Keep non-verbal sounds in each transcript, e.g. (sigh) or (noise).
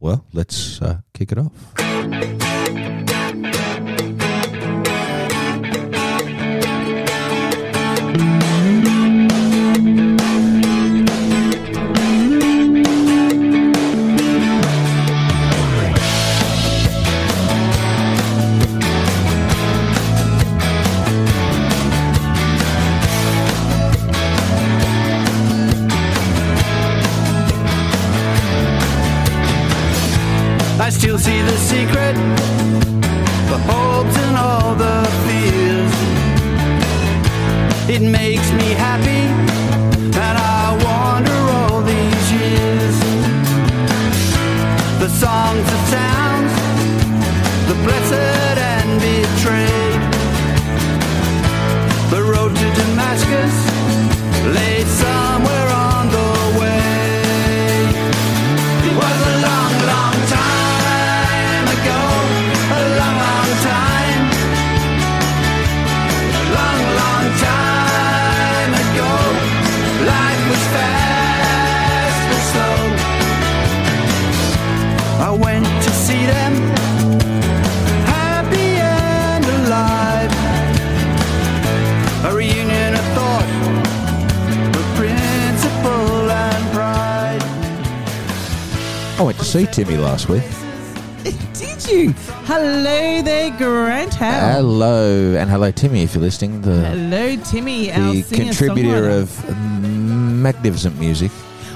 Well, let's uh, kick it off. I still see the secret, the hopes and all the fears. It makes me happy that I wander all these years. The songs, the sounds, the blessed and betrayed. The road to Damascus lay somewhere on the way. It was a long, long time ago. A long, long time. Long, long time ago. Life was fast and slow. I went to see them. Happy and alive. A reunion of thought. Of principle and pride. I went to see Timmy last week. (laughs) Did you? Hello there, Grant Howe. Hello, and hello, Timmy, if you're listening. The, Hello, Timmy, our the singer contributor of magnificent music.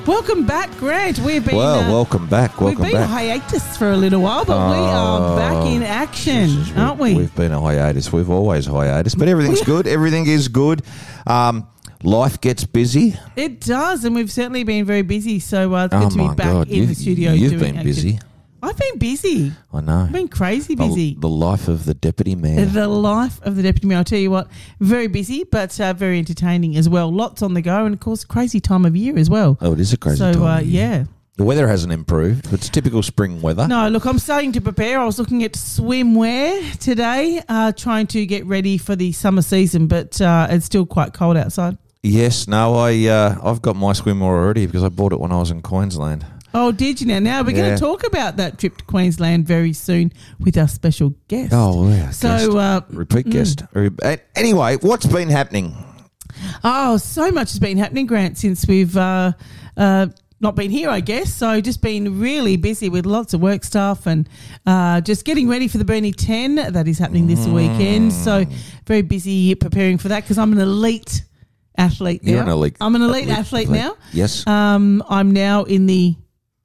Welcome back, Grant. We've been well, uh, welcome back. Welcome we've been back. hiatus for a little while, but we Oh, are back in action, Jesus, we- aren't we? We've been a hiatus. We've always hiatus, but everything's good. Everything is good. Um, life gets busy. It does, and we've certainly been very busy. So uh, it's oh good to my be back God, in you've, the studio. You've doing been action. busy. Oh, I've been busy. I know. I've been crazy The- busy. The, life of the deputy mayor. The life of the deputy mayor. I'll tell you what, very busy, but uh, very entertaining as well. Lots on the go, and of course, crazy time of year as well. oh, it is a crazy so time. uh, of year. yeah, The weather hasn't improved. It's typical spring weather. No, look, I'm starting to prepare. I was looking at swimwear today, uh, trying to get ready for the summer season, but uh, it's still quite cold outside. Yes, no, I uh, I've got my swimwear already because I bought it when I was in Queensland. Oh, did you now? Now we're going Yeah. to talk about that trip to Queensland very soon with our special guest. Oh, yeah. guest. so uh, repeat guest. Re- a- Anyway, what's been happening? oh, so much has been happening, Grant, since we've uh, uh, not been here, I guess. So just been really busy with lots of work stuff and uh, just getting ready for the Bernie Ten that is happening this Mm. weekend. So very busy preparing for that because I'm an elite athlete. You're now. an elite- I'm an elite, elite athlete, athlete. now. Yes. Um, I'm now in the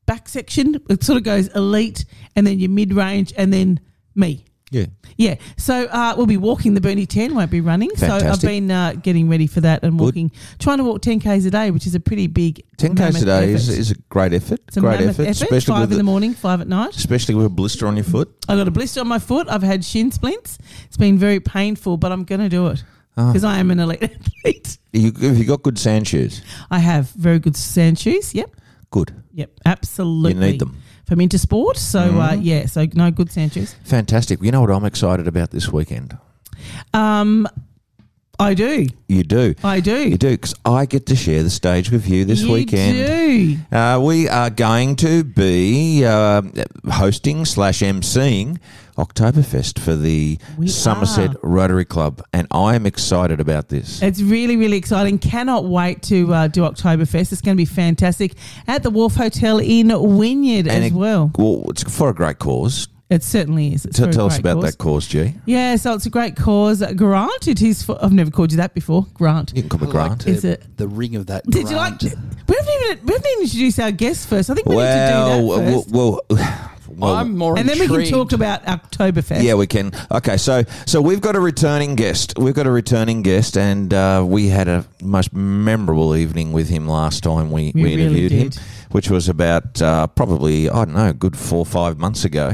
back section. It sort of goes elite, and then your mid range, and then me. Yeah. Yeah, so uh, we'll be walking the Bernie 10, won't be running. So I've Fantastic. been uh, getting ready for that and walking, trying to walk 10Ks a day, which is a pretty big 10Ks mammoth a day is, effort. is a great effort. It's a great mammoth effort, especially, five with in the a, morning, five at night. especially with a blister on your foot. I got a blister on my foot. I've had shin splints. It's been very painful, but I'm going to do it Ah. because I am an elite (laughs) athlete. You, have you got good sand shoes? I have very good sand shoes. Yep, Good. yep, absolutely. them. Mm-hmm. From Intersport. So, uh, yeah, so no good sand shoes. Fantastic. You know what I'm excited about this weekend? Um, I do. You do. I do. You do, because I get to share the stage with you this You weekend. do. Uh, we are going to be uh, hosting slash emceeing Oktoberfest for the We Somerset are. Rotary Club, and I am excited about this. It's really, really exciting. Cannot wait to uh, do Oktoberfest. It's going to be fantastic at the Wharf Hotel in Wynyard as it- well. it's for a great cause. It certainly is. It's T- for a tell us great about cause. that cause, G. Yeah, so it's a great cause. Grant, it is for. I've never called you that before. Grant. You can call me I Grant. like the, Is it- the ring of that? Did you like. grant. We haven't, even, we haven't even introduced our guest first. I think we well, need to do that well, first. well, well, (sighs) I'm more and then we can intrigued. talk about Oktoberfest. Yeah, we can. Okay, so so we've got a returning guest. We've got a returning guest, and uh, we had a most memorable evening with him last time we, we, We really interviewed did. him, which was about uh, probably I don't know, a good four or five months ago,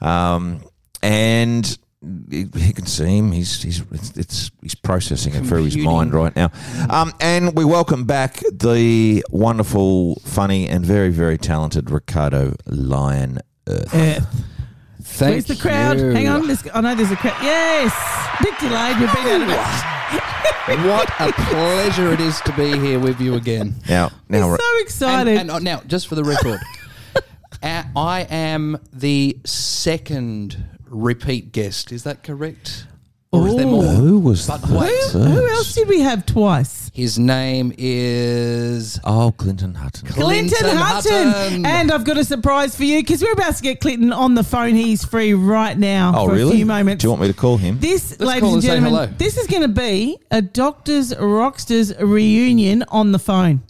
um, and. You you can see him. He's he's it's, it's he's processing it through his Computing. mind right now, um, and we welcome back the wonderful, funny, and very very talented Ricardo Lion Earth. Earth. Thank Where's the crowd? you. Hang on. Let's, I know there's a crowd. Yes. Bit delayed. We've been out of it. What a pleasure it is to be here with you again. Now now We're so And, excited. (laughs) and uh, now, just for the record, a- I am the second repeat guest. Is that correct? Or is there Ooh. more? Who was But the wait. Who, who else did we have twice? His name is Oh, Clinton Hutton. Clinton, Hutton. And I've got a surprise for you because we're about to get Clinton on the phone. He's free right now oh, for really? a few moments. Do you want me to call him? This, call ladies and and say hello. gentlemen, this is going to be a Doctors Rocksters reunion on the phone.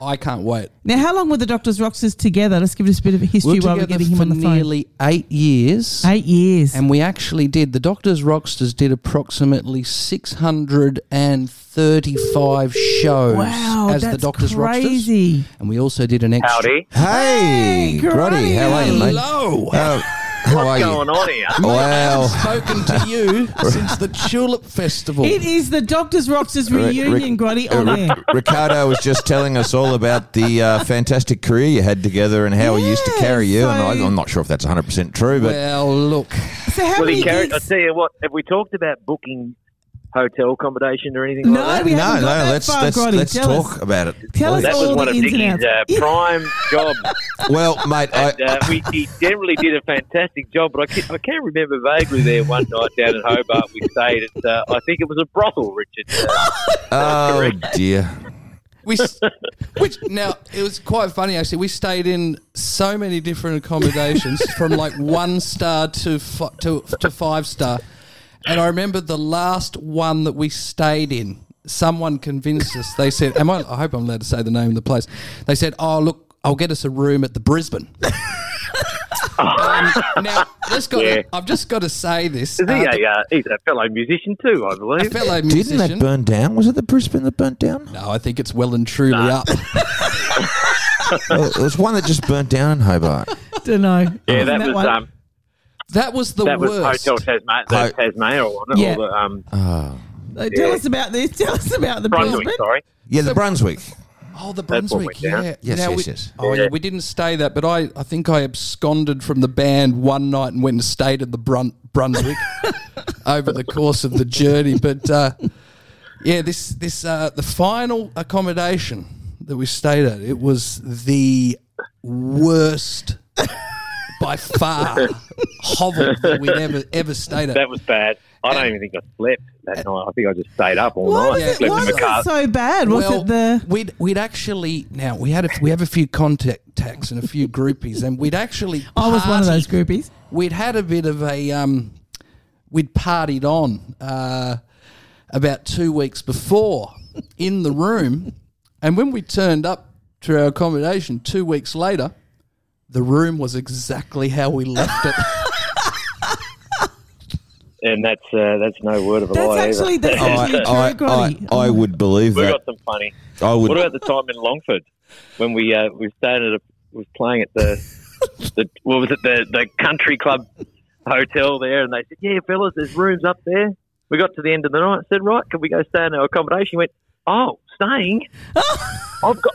I can't wait. Now, how long were the Doctors Rocksters together? Let's give us a bit of a We're history while we're together getting him for on the phone. nearly eight years. Eight years. And we actually did, the Doctors Rocksters did approximately 635 shows wow, as that's the Doctors Rocksters. crazy. And we also did an extra. Howdy. hey, Hey, Grotty, how are you, mate? Hello. Uh, how are (laughs) What's you? going on here? Wow. Spoken to you (laughs) since the Tulip Festival. It is the Doctors Rocksters Rick- reunion, Rick- Grotty, Uh, on air. Ric- Ricardo was just telling us all about the uh, fantastic career you had together and how he used to Yeah, carry you. and I, so- I'm not sure if that's 100% true, but well, look, So how Well, many he carried, I'll gigs? tell you what, have we talked about booking hotel accommodation or anything No, like that? we no, haven't no, got that let's far, let's, Grotty. let's Tell us. talk about it. Tell us please. That was all one the of ins and Dicky's uh, outs. Yeah. (laughs) prime jobs. Well, mate, I, And, uh, we, he generally did a fantastic job, but I can, I can remember vaguely there one night down at Hobart we stayed at, uh, I think it was a brothel, Richard. Uh, oh dear. we, s- (laughs) which now it was quite funny actually. We stayed in so many different (laughs) accommodations, from like one star to fi- to to five star. And I remember the last one that we stayed in. Someone convinced us. They said, "Am I? I hope I'm allowed to say the name of the place." They said, "Oh, look, I'll get us a room at the (laughs) Brisbane." um, now, let's go. Yeah. I've just got to say this. is he uh, a, uh, he's a fellow musician too, I a believe. fellow Didn't musician. that burn down? Was it the Brisbane that burnt down? no, I think it's well and truly up. Well, it was one that just burnt down in Hobart. Don't know. yeah, that was, one. um, That was the that was worst. Hotel Tasma- Ho- the Tasmania, or, or Yeah. the um, Uh, Tell yeah. us about this. Tell us about the Brunswick, Brisbane. sorry. Yeah, the Brunswick. Oh, the That's what Brunswick. went down. Yeah. Yes, Now yes, we- yes. Oh, yeah. We didn't stay that, but I, I think I absconded from the band one night and went and stayed at the Brun- Brunswick (laughs) over the course of the journey. But uh, yeah, this this uh, the final accommodation that we stayed at. It was the worst. By (laughs) far, hovel that we'd ever ever stayed at. That was bad. I don't even think I slept that night. I think I just stayed up all Why night. was, it, slept why in was the car. it so bad? Was well, it the we'd we'd actually now we had a, we have a few contacts and a few groupies, and we'd actually I was one of partied. those groupies. We'd had a bit of a um, we'd partied on uh, about two weeks before in the room, and when we turned up to our accommodation two weeks later, the room was exactly how we (laughs) left it. and that's uh, that's no word of a That's lie. either. actually (laughs) that's actually I, true, Oh. I, Grotty. I, I would believe we that. got some funny. I would. What about the time in Longford when we uh, we stayed at a, was playing at the (laughs) the what was it the the country club hotel there, and they said, "Yeah, fellas, there's rooms up there." We got to the end of the night, said, "Right, can we go stay in our accommodation?" He went, "Oh, staying? (laughs) I've got."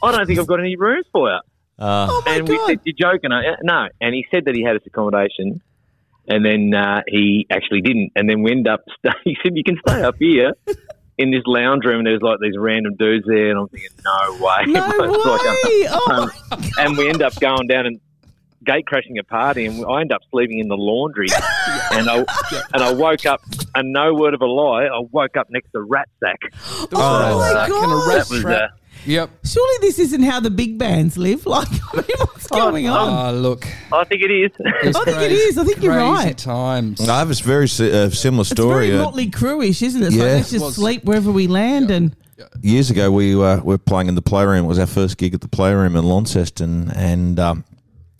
I don't think I've got any rooms for you. oh my and we god! said, "You're joking, are you?" No. And he said that he had us accommodation, and then uh, he actually didn't. And then we end up. Stay, (laughs) he said, "You can stay up here in this lounge room." And there's like these random dudes there, and I'm thinking, "No way!" no way! But it's (laughs) like, um, (laughs) oh, and we end up going down and gate crashing a party, and I end up sleeping in (laughs) the laundry. and I and I woke up, and no word of a lie, I woke up next to Rat Sack. It was Oh, a my sack and a God. rat That was, trap. uh, yep. surely this isn't how the big bands live. (laughs) Like, I mean, what's going on? Oh, look. I think it is. it's Um, I think it crazy- is. I think you're crazy right. Times. I have a very si- uh, similar It's story. very Uh, motley crewish, isn't it? It's Yeah. like, let's just Was. sleep wherever we land, and years ago, we uh, were playing in the Playroom. It was our first gig at the Playroom in Launceston, and um,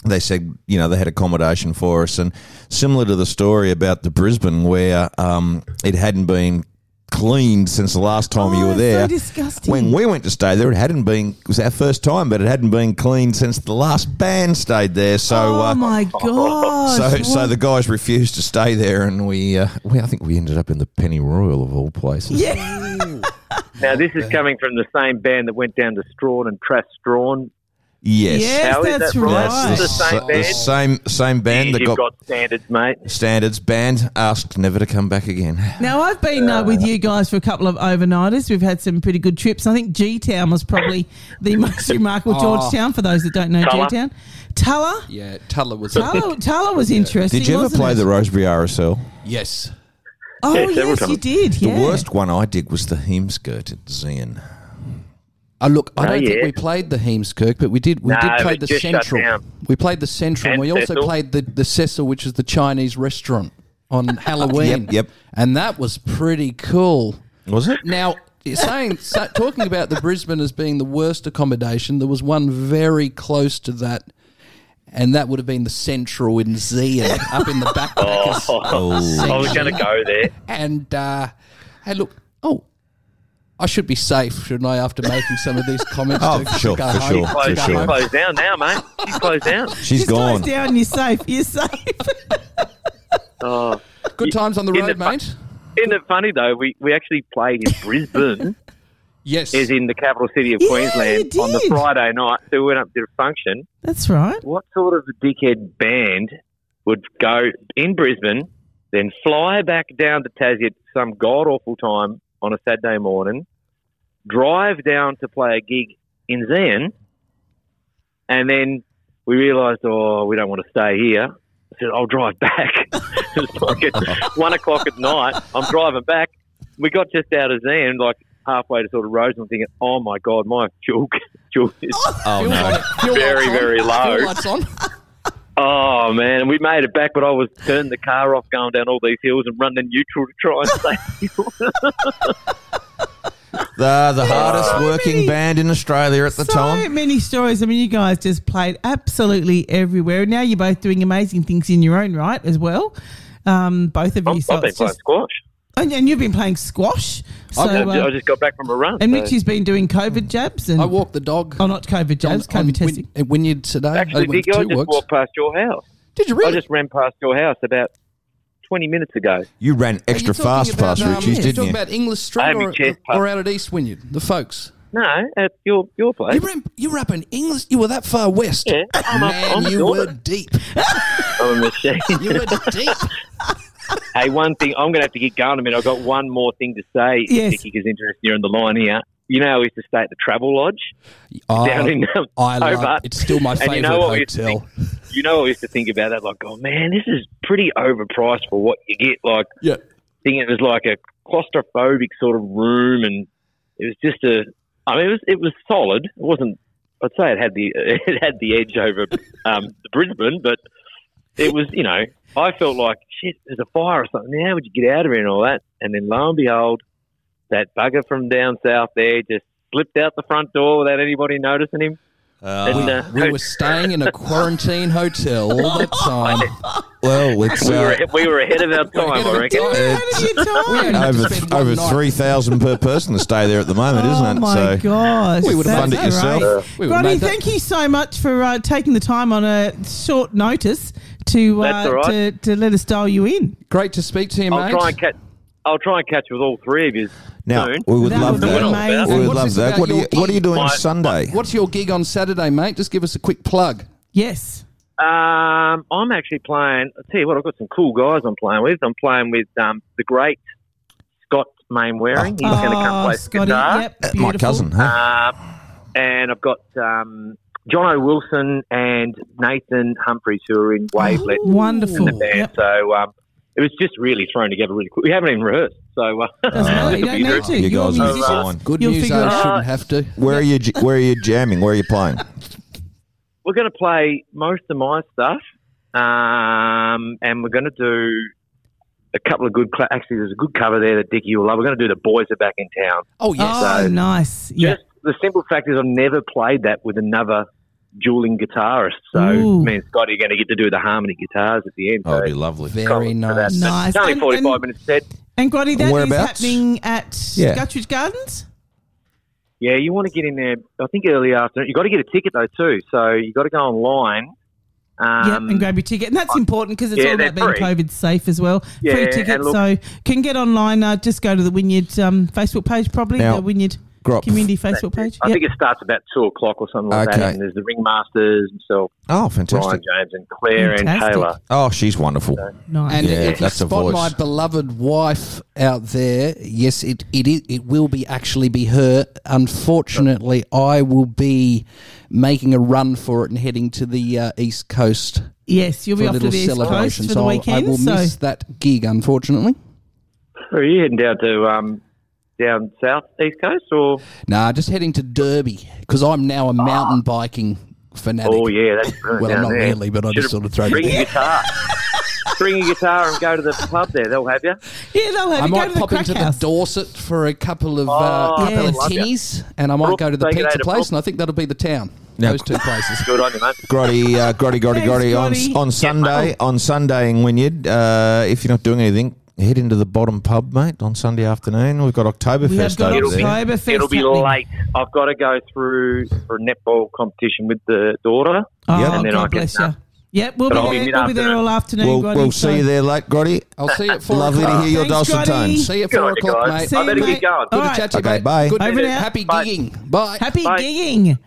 they said, you know, they had accommodation for us. And similar to the story about the Brisbane, where um, it hadn't been cleaned since the last time you Oh, were so there. disgusting. When we went to stay there, it hadn't been. It was our first time, but it hadn't been cleaned since the last band stayed there. So. oh uh, my god! so, so the guys refused to stay there, and we, uh, we, I think we ended up in the Penny Royal of all places. yeah, Now, this is coming from the same band that went down to Strawn and Trastrawn Yes. Yes, How is that's that right? right. That's The same the band? same same band that You've got, got standards, mate. standards band asked never to come back again. Now I've been uh, with you guys for a couple of overnighters. We've had some pretty good trips. I think G Town was probably the (laughs) most remarkable. Georgetown, for those that don't know Tulla. G Town, Tulla, Yeah, Tutler was. (laughs) Tulla, Tulla was interesting. Did you ever wasn't play it? the Rosebery RSL? Yes. Oh Yeah, several yes, times. you did. The Yeah. worst one I did was the Heemskirt at Zeehan. Oh, look, I Oh, don't think yeah. we played the Heemskirk, but we did. We No, did play it the just shut Central. down. We played the Central. And And we also Cecil. played the the Cecil, which is the Chinese restaurant (laughs) on Halloween. Yep, yep. And that was pretty cool. Was it? Now, saying so, (laughs) talking about the Brisbane as being the worst accommodation, there was one very close to that, and that would have been the Central in Zeehan, up in the (laughs) Oh. backpackers. Oh, Oh, I was going to go (laughs) there. And uh, hey, look, oh, I should be safe, shouldn't I? After making some (laughs) of these comments, Oh, to- for to sure, go for home. sure. Close, For She's sure. closed down now, mate. She's closed down. She's Just close gone. down. You're safe. You're safe. (laughs) Oh. Good times on the In road, the fu- mate. Isn't it funny, though? We, we actually played in Brisbane, Yes, as in the capital city of Yeah, Queensland, you on the did. Friday night. So we went up to a function. That's right. What sort of a dickhead band would go in Brisbane, then fly back down to Tassie at some god awful time on a Saturday morning, drive down to play a gig in Zeehan, and then we realised, oh, we don't want to stay here. I said, I'll drive back. (laughs) it's like at one o'clock at night. I'm driving back. We got just out of Zeehan, like halfway to sort of Roseland, thinking, oh my god, my (laughs) fuel, fuel is Oh Fuel no! light- fuel Very, lights on. very low. Fuel lights on. Oh man, we made it back, but I was turning the car off, going down all these hills and running neutral to try and (laughs) stay. The the hardest so working many- band in Australia at the so time. many stories. I mean, you guys just played absolutely everywhere. Now you're both doing amazing things in your own right as well. Um, both of you. I've, so I've been it's playing just, squash. and, and you've been playing squash. So, I, uh, ju- I just got back from a run. and so- Mitchy's been doing COVID jabs and I walked the dog. oh, not COVID on- jabs, COVID on testing. Win- at Wynyard today. I actually, went Vicky, to I two just works. walked past your house. Did you I really? just ran past your house about twenty minutes ago. You ran Are you extra talking fast about, past um, Richie's, you didn't talking you? about English Street Amy or, Chest Pub. or out at East Wynyard, the folks. No, at your your place. You were, in, you were up in English. You were that far west. Yeah, Oh I'm up- Man, I'm you doing were it. deep. (laughs) I'm a machine. You (laughs) were deep. hey, one thing I'm going to have to get going. I mean, I've got one more thing to say, Yes. Vicky, because interesting you're on the line here. You know, I used to stay at the Travel Lodge. Oh, Down in, um, I love Hobart. It's still my And favourite you know what we used to hotel. You know, I used to think about that, like, oh man, this is pretty overpriced for what you get. Like. Yeah. thing. It was like a claustrophobic sort of room, and it was just a. I mean, it was it was solid. It wasn't. I'd say it had the (laughs) it had the edge over um, Brisbane, but it was you know I felt like shit. There's a fire or something. How would you get out of here and all that? And then lo and behold, that bugger from down south there just slipped out the front door without anybody noticing him. and, uh, (laughs) We were staying in a quarantine hotel all the Oh, time. Well, it's we were uh, (laughs) we were ahead of our time, I reckon. How did you (laughs) time? over spend one over night. three thousand per person to stay there at the moment, Oh isn't it? my so gosh! We would've that's funded it yourself. great. We would've Ronnie, made that- thank you so much for uh, taking the time on a short notice to uh, That's all right. to, to let us dial you in. Great to speak to you, I'll mate. try and catch. I'll try and catch with all three of you now soon. we would That love would be that. amazing. We would What's love this that. about What are your you What are you gig? doing on My- Sunday? What's your gig on Saturday, mate? Just give us a quick plug. Yes. Um, I'm actually playing. I tell you what, I've got some cool guys I'm playing with. I'm playing with um, the great Scott Mainwaring. He's going to come play Oh, Scotty, guitar. yep, Uh, My beautiful. cousin, huh? Uh, and I've got um, John O. Wilson and Nathan Humphreys who are in Wavelet in Oh, Wonderful. the band. Yep. So um, it was just really thrown together really quick. We haven't even rehearsed. So uh, Doesn't (laughs) matter. You it'll don't be need interesting. to. You You're guys are musicians. fine. Good You'll news, figure I it out. shouldn't have to. Where are you? j- Where are you jamming? Where are you playing? we're going to play most of my stuff, um, and we're going to do a couple of good. Cla- Actually, there's a good cover there that Dickie will love. We're going to do the boys are back in town. Oh, yes. Oh, nice. Yeah. Just the simple fact is, I've never played that with another dueling guitarist. So Ooh. me and Scotty are going to get to do the harmony guitars at the end. Oh, so it'd be lovely. very for that. nice. Nice. It's only And- 45 and- minutes set. And Grotty, that is Whereabouts? happening at Yeah. Guttridge Gardens. Yeah, you want to get in there. I think early afternoon. You got to get a ticket though too. So you got to go online. yep, Um, and grab your ticket. And that's important because it's yeah, all about they're being free. COVID safe as well. Yeah, free and ticket. look- so can get online. Uh, just go to the Wynyard um, Facebook page, probably. Now- the Wynyard. Grop. community Facebook That's page. it. I Yep. think it starts about two o'clock or something like Okay. that. And there's the ringmasters himself, Oh, Brian fantastic. James, and Claire Fantastic. and Taylor. Oh, she's wonderful. nice. And Yeah, if you that's a spot voice. my beloved wife out there, yes, it it is, it will be actually be her. Unfortunately, I will be making a run for it and heading to the uh, east coast yes, you'll for be a off to little the East Coast celebration. for so the I'll- I weekend. will so miss that gig, unfortunately. Where are you heading down to? Um, down south, east coast, or Nah, just heading to Derby because I'm now a mountain biking fanatic. oh (laughs) yeah, that's brilliant Well, down not there. really, but I just Should've- sort of thrown it bring in. (laughs) your guitar. bring your guitar and go to the pub there. They'll have you. yeah, they'll have I you go might to the pop crack into house. the Dorset for a couple of uh, Oh, couple of Yes. tinnies, and I might Brooke, go to the take it pizza out of place, Brooke. and I think that'll be the town. Now- Those two places. Good on you, mate. Grotty, uh, grotty, grotty, Thanks, grotty. On, Grotty. on Sunday, on Sunday in Wynyard, uh, if you're not doing anything, head into the bottom pub, mate, on Sunday afternoon. We've got We have Oktoberfest got over there. Oktoberfest. It'll be happening. late. I've got to go through for a netball competition with the daughter. Oh, Yep. And then I God can- bless you. Yep, we'll be, But I'll be there, we'll be there mid-afternoon. all afternoon. We'll, Roddy, we'll so- see you there late, Grotty. I'll see you (laughs) at four Lovely o'clock. to hear your Thanks, dulcet Grotty. tones. See you at Good four on you, o'clock, guys. mate. See I you, better mate. get going. Good All right. to chat to you, Okay, mate. bye. Good Over to- and out. Happy Bye. gigging. Bye. Happy Bye. gigging.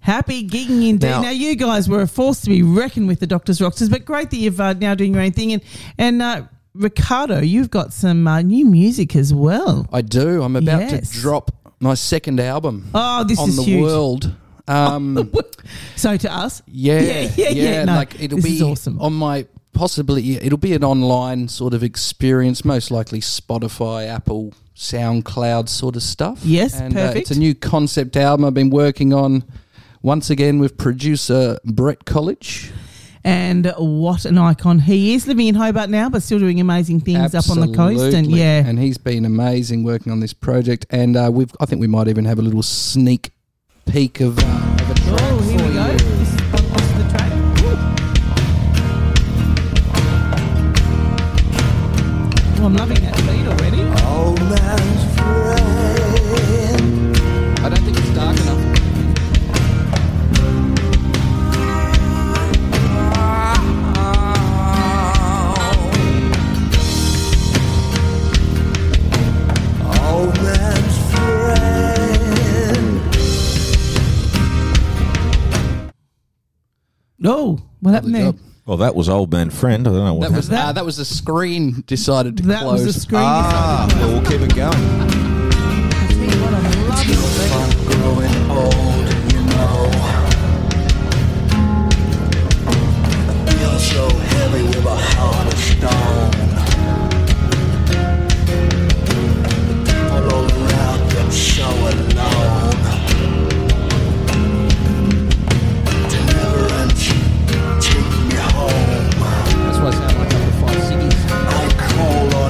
Happy gigging indeed. Now- Now, you guys were a force to be reckoned with the Doctor's Rocksters, but great that you've uh, now doing your own thing. And, and uh, Ricardo, you've got some uh, new music as well. I do. I'm about Yes. to drop my second album. Oh, this on is the huge. world. Um, So to us, yeah, (laughs) yeah, yeah, yeah, no, like it'll this be is awesome. on my possibly. It'll be an online sort of experience, most likely Spotify, Apple, SoundCloud sort of stuff. Yes, and, uh, perfect. it's a new concept album I've been working on. Once again with producer Brett College. and what an icon he is, living in Hobart now, but still doing amazing things up on the coast. And Absolutely. yeah, and he's been amazing working on this project. And uh, we've, I think, we might even have a little sneak peek of, uh, of a track oh, here for we go. you. This is on, onto the track. Woo. Oh, I'm loving that beat already. I don't think it's dark enough. Oh, what happened Lovely there? job. Well, that was old man friend. I don't know what That was that? uh, that was the screen decided to That close. was a screen. Ah, well, we'll keep it going. design. What a lovely beat. That's why I sound like I'm the five ciggies.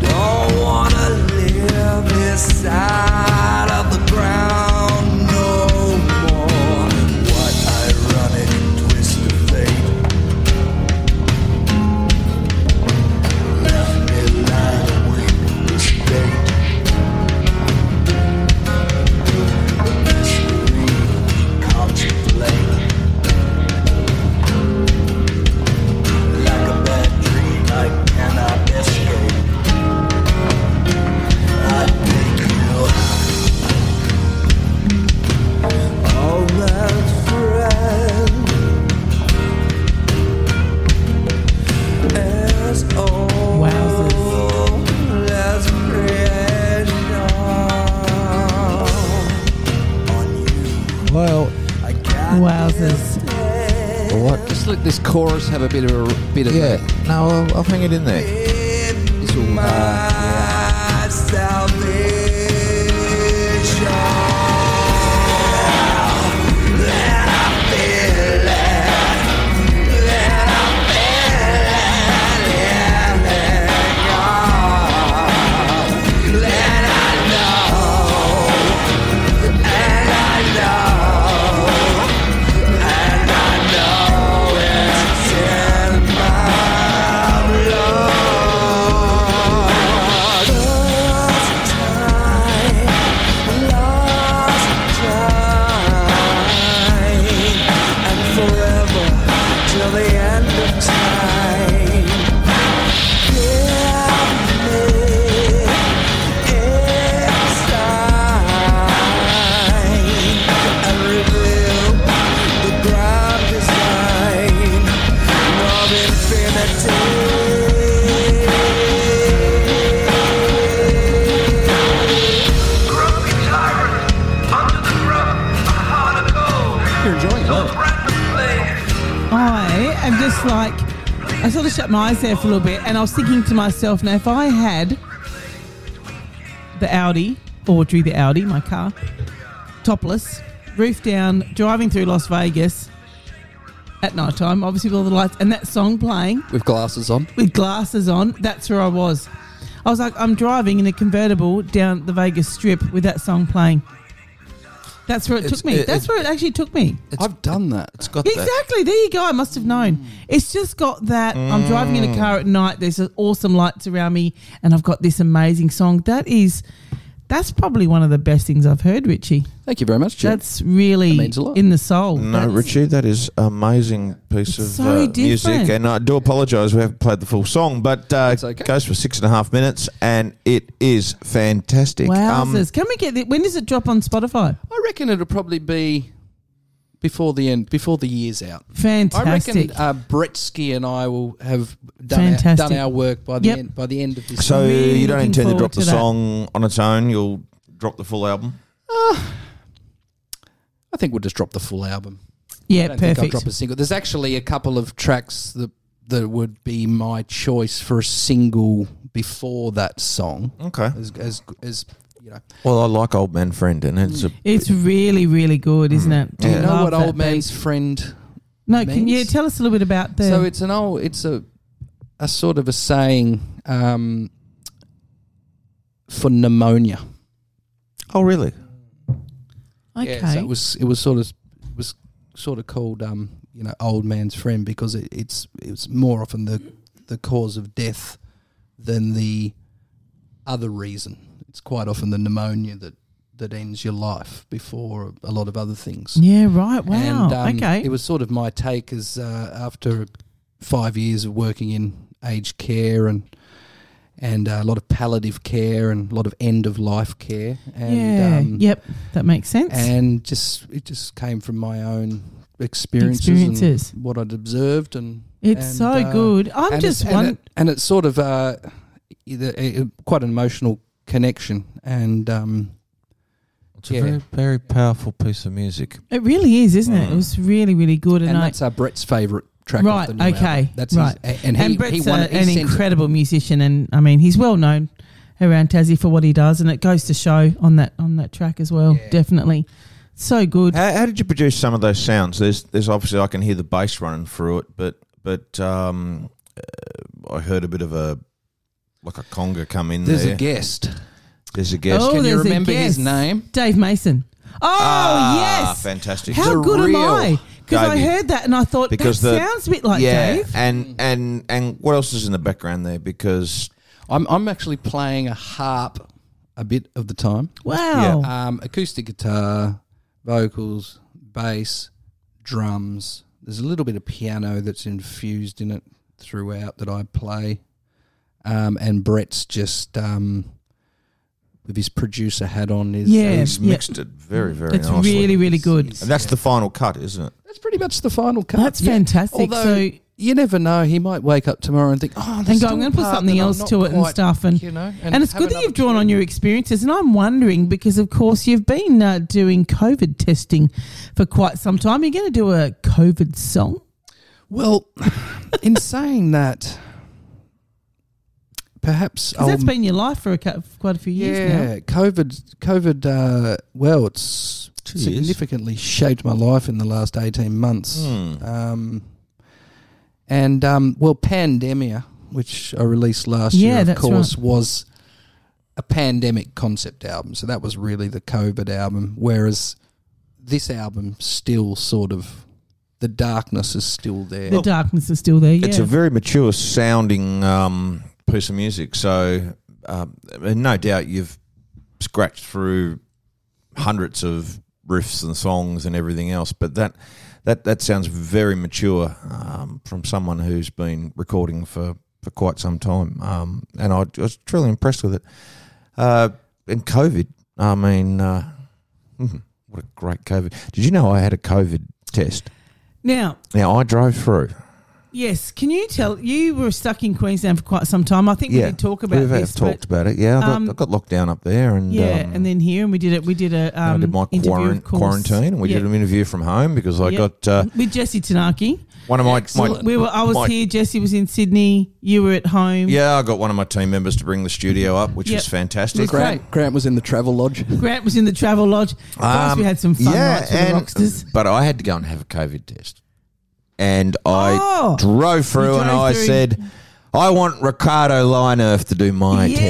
Don't wanna live this side of the ground no more. What ironic twist of fate left me lying awake this late. Mystery contemplate. Like a bad dream, I cannot escape. Oh, Wowzers. Well, Wowzers. what? Just let this chorus have a bit of a bit of Yeah, no, I'll, I'll hang it in there. a, this will, uh, just like, I sort of shut my eyes there for a little bit, and I was thinking to myself, now if I had the Audi, Audrey the Audi, my car, topless, roof down, driving through Las Vegas at night time, obviously with all the lights, and that song playing with glasses on. with glasses on, that's where I was. I was like, I'm driving in a convertible down the Vegas Strip with that song playing. That's where it It's- took me. it- that's it- where it actually took me. I've done that. It's got that. Exactly. There you go. I must have known. It's just got that. I'm driving Mm. in a car at night. There's awesome lights around me, and I've got this amazing song. That is, that's probably one of the best things I've heard, Richie. Thank you very much, Jim. That's really That means a lot. in the soul. No, That's- Richie, that is amazing piece of It's so uh, music, different. and I do apologise we haven't played the full song, but uh, It's okay. it goes for six and a half minutes, and it is fantastic. Um, Wowzers! Can we get the, when does it drop on Spotify? I reckon it'll probably be before the end, before the year's out. Fantastic. I reckon uh, Bretsky and I will have done our, Fantastic. done our work by the Yep. end by the end of this. so Really you don't looking intend to forward drop to the that. song on its own? You'll drop the full album. I think we'll just drop the full album. yeah, I don't think perfect. I'll drop a single. There's actually a couple of tracks that that would be my choice for a single before that song. Okay. As as, as you know, Well, I like Old Man Friend, and it's a It's really, really good, isn't it? Do you Mm. you I know love what that old beat. man's friend No, can means? you tell us a little bit about the? So it's an old, it's a, a sort of a saying um, for pneumonia. oh really? okay. Yeah, so it was it was sort of it was sort of called um, you know old man's friend because it, it's it's more often the the cause of death than the other reason. It's quite often the pneumonia that that ends your life before a lot of other things. yeah, right. Wow. And, um, okay. It was sort of my take as uh, after five years of working in aged care and and uh, a lot of palliative care and a lot of end of life care. And, yeah. Um, yep. That makes sense. And just it just came from my own experiences, Experiences. and what I'd observed and it's and, so uh, good. I'm and just it's, one. and, it- and it's sort of uh, either, uh, quite an emotional connection and. Um, It's Yeah. a very, very powerful piece of music. It, really is, isn't it? It was really, really good. And, Mm. and I, that's uh, Brett's favourite track. Right, Off the new album. okay, That's right. His, and he, and Brett's he won, a- he an sent it. incredible musician, and I mean, he's well known around Tassie for what he does, and it goes to show on that on that track as well. Yeah. Definitely, so good. How, how did you produce some of those sounds? There's, there's obviously I can hear the bass running through it, but but um, uh, I heard a bit of a like a conga come in There's there. a guest. There's a guest. Oh, Can you there's a remember his guest. name? Dave Mason. Oh Ah, yes, fantastic. How The good am real I? Because I Davey. heard that and I thought Because that the- sounds a bit like yeah, Dave. and and and what else is in the background there? Because I'm, I'm actually playing a harp a bit of the time. Wow. Um, acoustic guitar, vocals, bass, drums. There's a little bit of piano that's infused in it throughout that I play. Um, and Brett's just um, with his producer hat on. Is, Yeah. he's mixed it very very It's nicely. really, really good. and that's the final cut, isn't it? That's pretty much the final cut. That's fantastic. Although So- you never know, he might wake up tomorrow and think, "Oh, and there's go, still I'm a going to put part something that I'm else not to it and quite," stuff. And, you know, and, it's have good that another you've drawn on tune. your experiences. And I'm wondering because, of course, you've been uh, doing COVID testing for quite some time. You're going to do a COVID song. e-, Well, (laughs) in saying that, perhaps 'Cause that's Um, I'll- been your life for, a, cou- for quite a few years now. yeah, COVID, COVID. Uh, well, it's Two years. significantly shaped my life in the last eighteen months. Hmm. Um, and um, well, Pandemia, which I released last Yeah, year, of that's course, was a pandemic concept album. So that was really the COVID album. Whereas this album still sort of the darkness is still there. The darkness is still there. Yeah. It's a very mature sounding um, piece of music. So, um, and no doubt you've scratched through hundreds of riffs and songs and everything else, but that that that sounds very mature um, from someone who's been recording for, for quite some time. Um, and I was truly impressed with it. Uh, and COVID, I mean, uh, mhm, what a great COVID! Did you know I had a COVID test? now, Now I drove through. Yes. Can you tell? You were stuck in Queensland for quite some time. I think we did talk about We've this. but- talked about it. Yeah, I got, um, I got locked down up there, and yeah, um, and then here, and we did it. We did a um, I did my interview, quaran- of course. quarantine, and we Yeah. did an interview from home because I Yeah. got (laughs) uh, with Jesse Tanaki. one of my, my We were. I was my- here. Jesse was in Sydney. You were at home. Yeah, I got one of my team members to bring the studio up, which Yeah. was fantastic. It was Grant, Grant was in the travel lodge. Grant was in the travel lodge. Of course, Um, we had some fun yeah, nights with and- the Rocksters. But I had to go and have a COVID test. And I Oh. drove through You and drove I through. said, I want Ricardo Lineearth to do my test.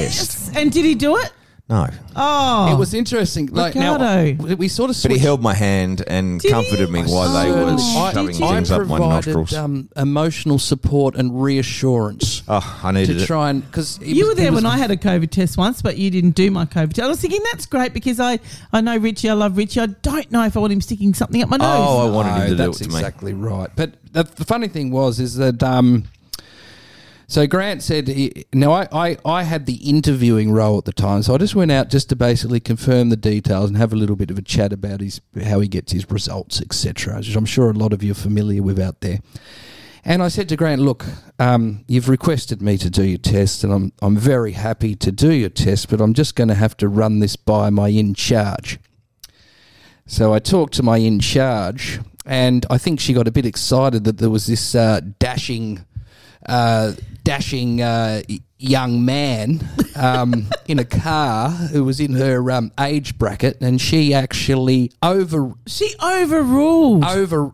Yes. And did he do it? No. Oh, It was interesting. Like now, Ricardo. we- we sort of But he switched- held my hand and Did comforted he? Oh. me while they So were I- shoving did you? things I up my provided, nostrils. Um, emotional support and reassurance oh, I needed to it. try and because You were there when I had a COVID test once, but you didn't do my COVID test. I was thinking that's great because I, I know Richie, I love Richie. I don't know if I want him sticking something up my nose. Oh, I wanted him to do it that's to me. exactly right. But the, the funny thing was is that um, so Grant said he, now I, I I had the interviewing role at the time, so I just went out just to basically confirm the details and have a little bit of a chat about his how he gets his results, etc. Which I'm sure a lot of you are familiar with out there. And I said to Grant, look, um, you've requested me to do your test, and I'm, I'm very happy to do your test, but I'm just going to have to run this by my in charge. So I talked to my in charge, and I think she got a bit excited that there was this uh, dashing, uh, dashing uh, y- young man (laughs) um, in a car who was in her um, age bracket, and she actually over She overruled. Oh. over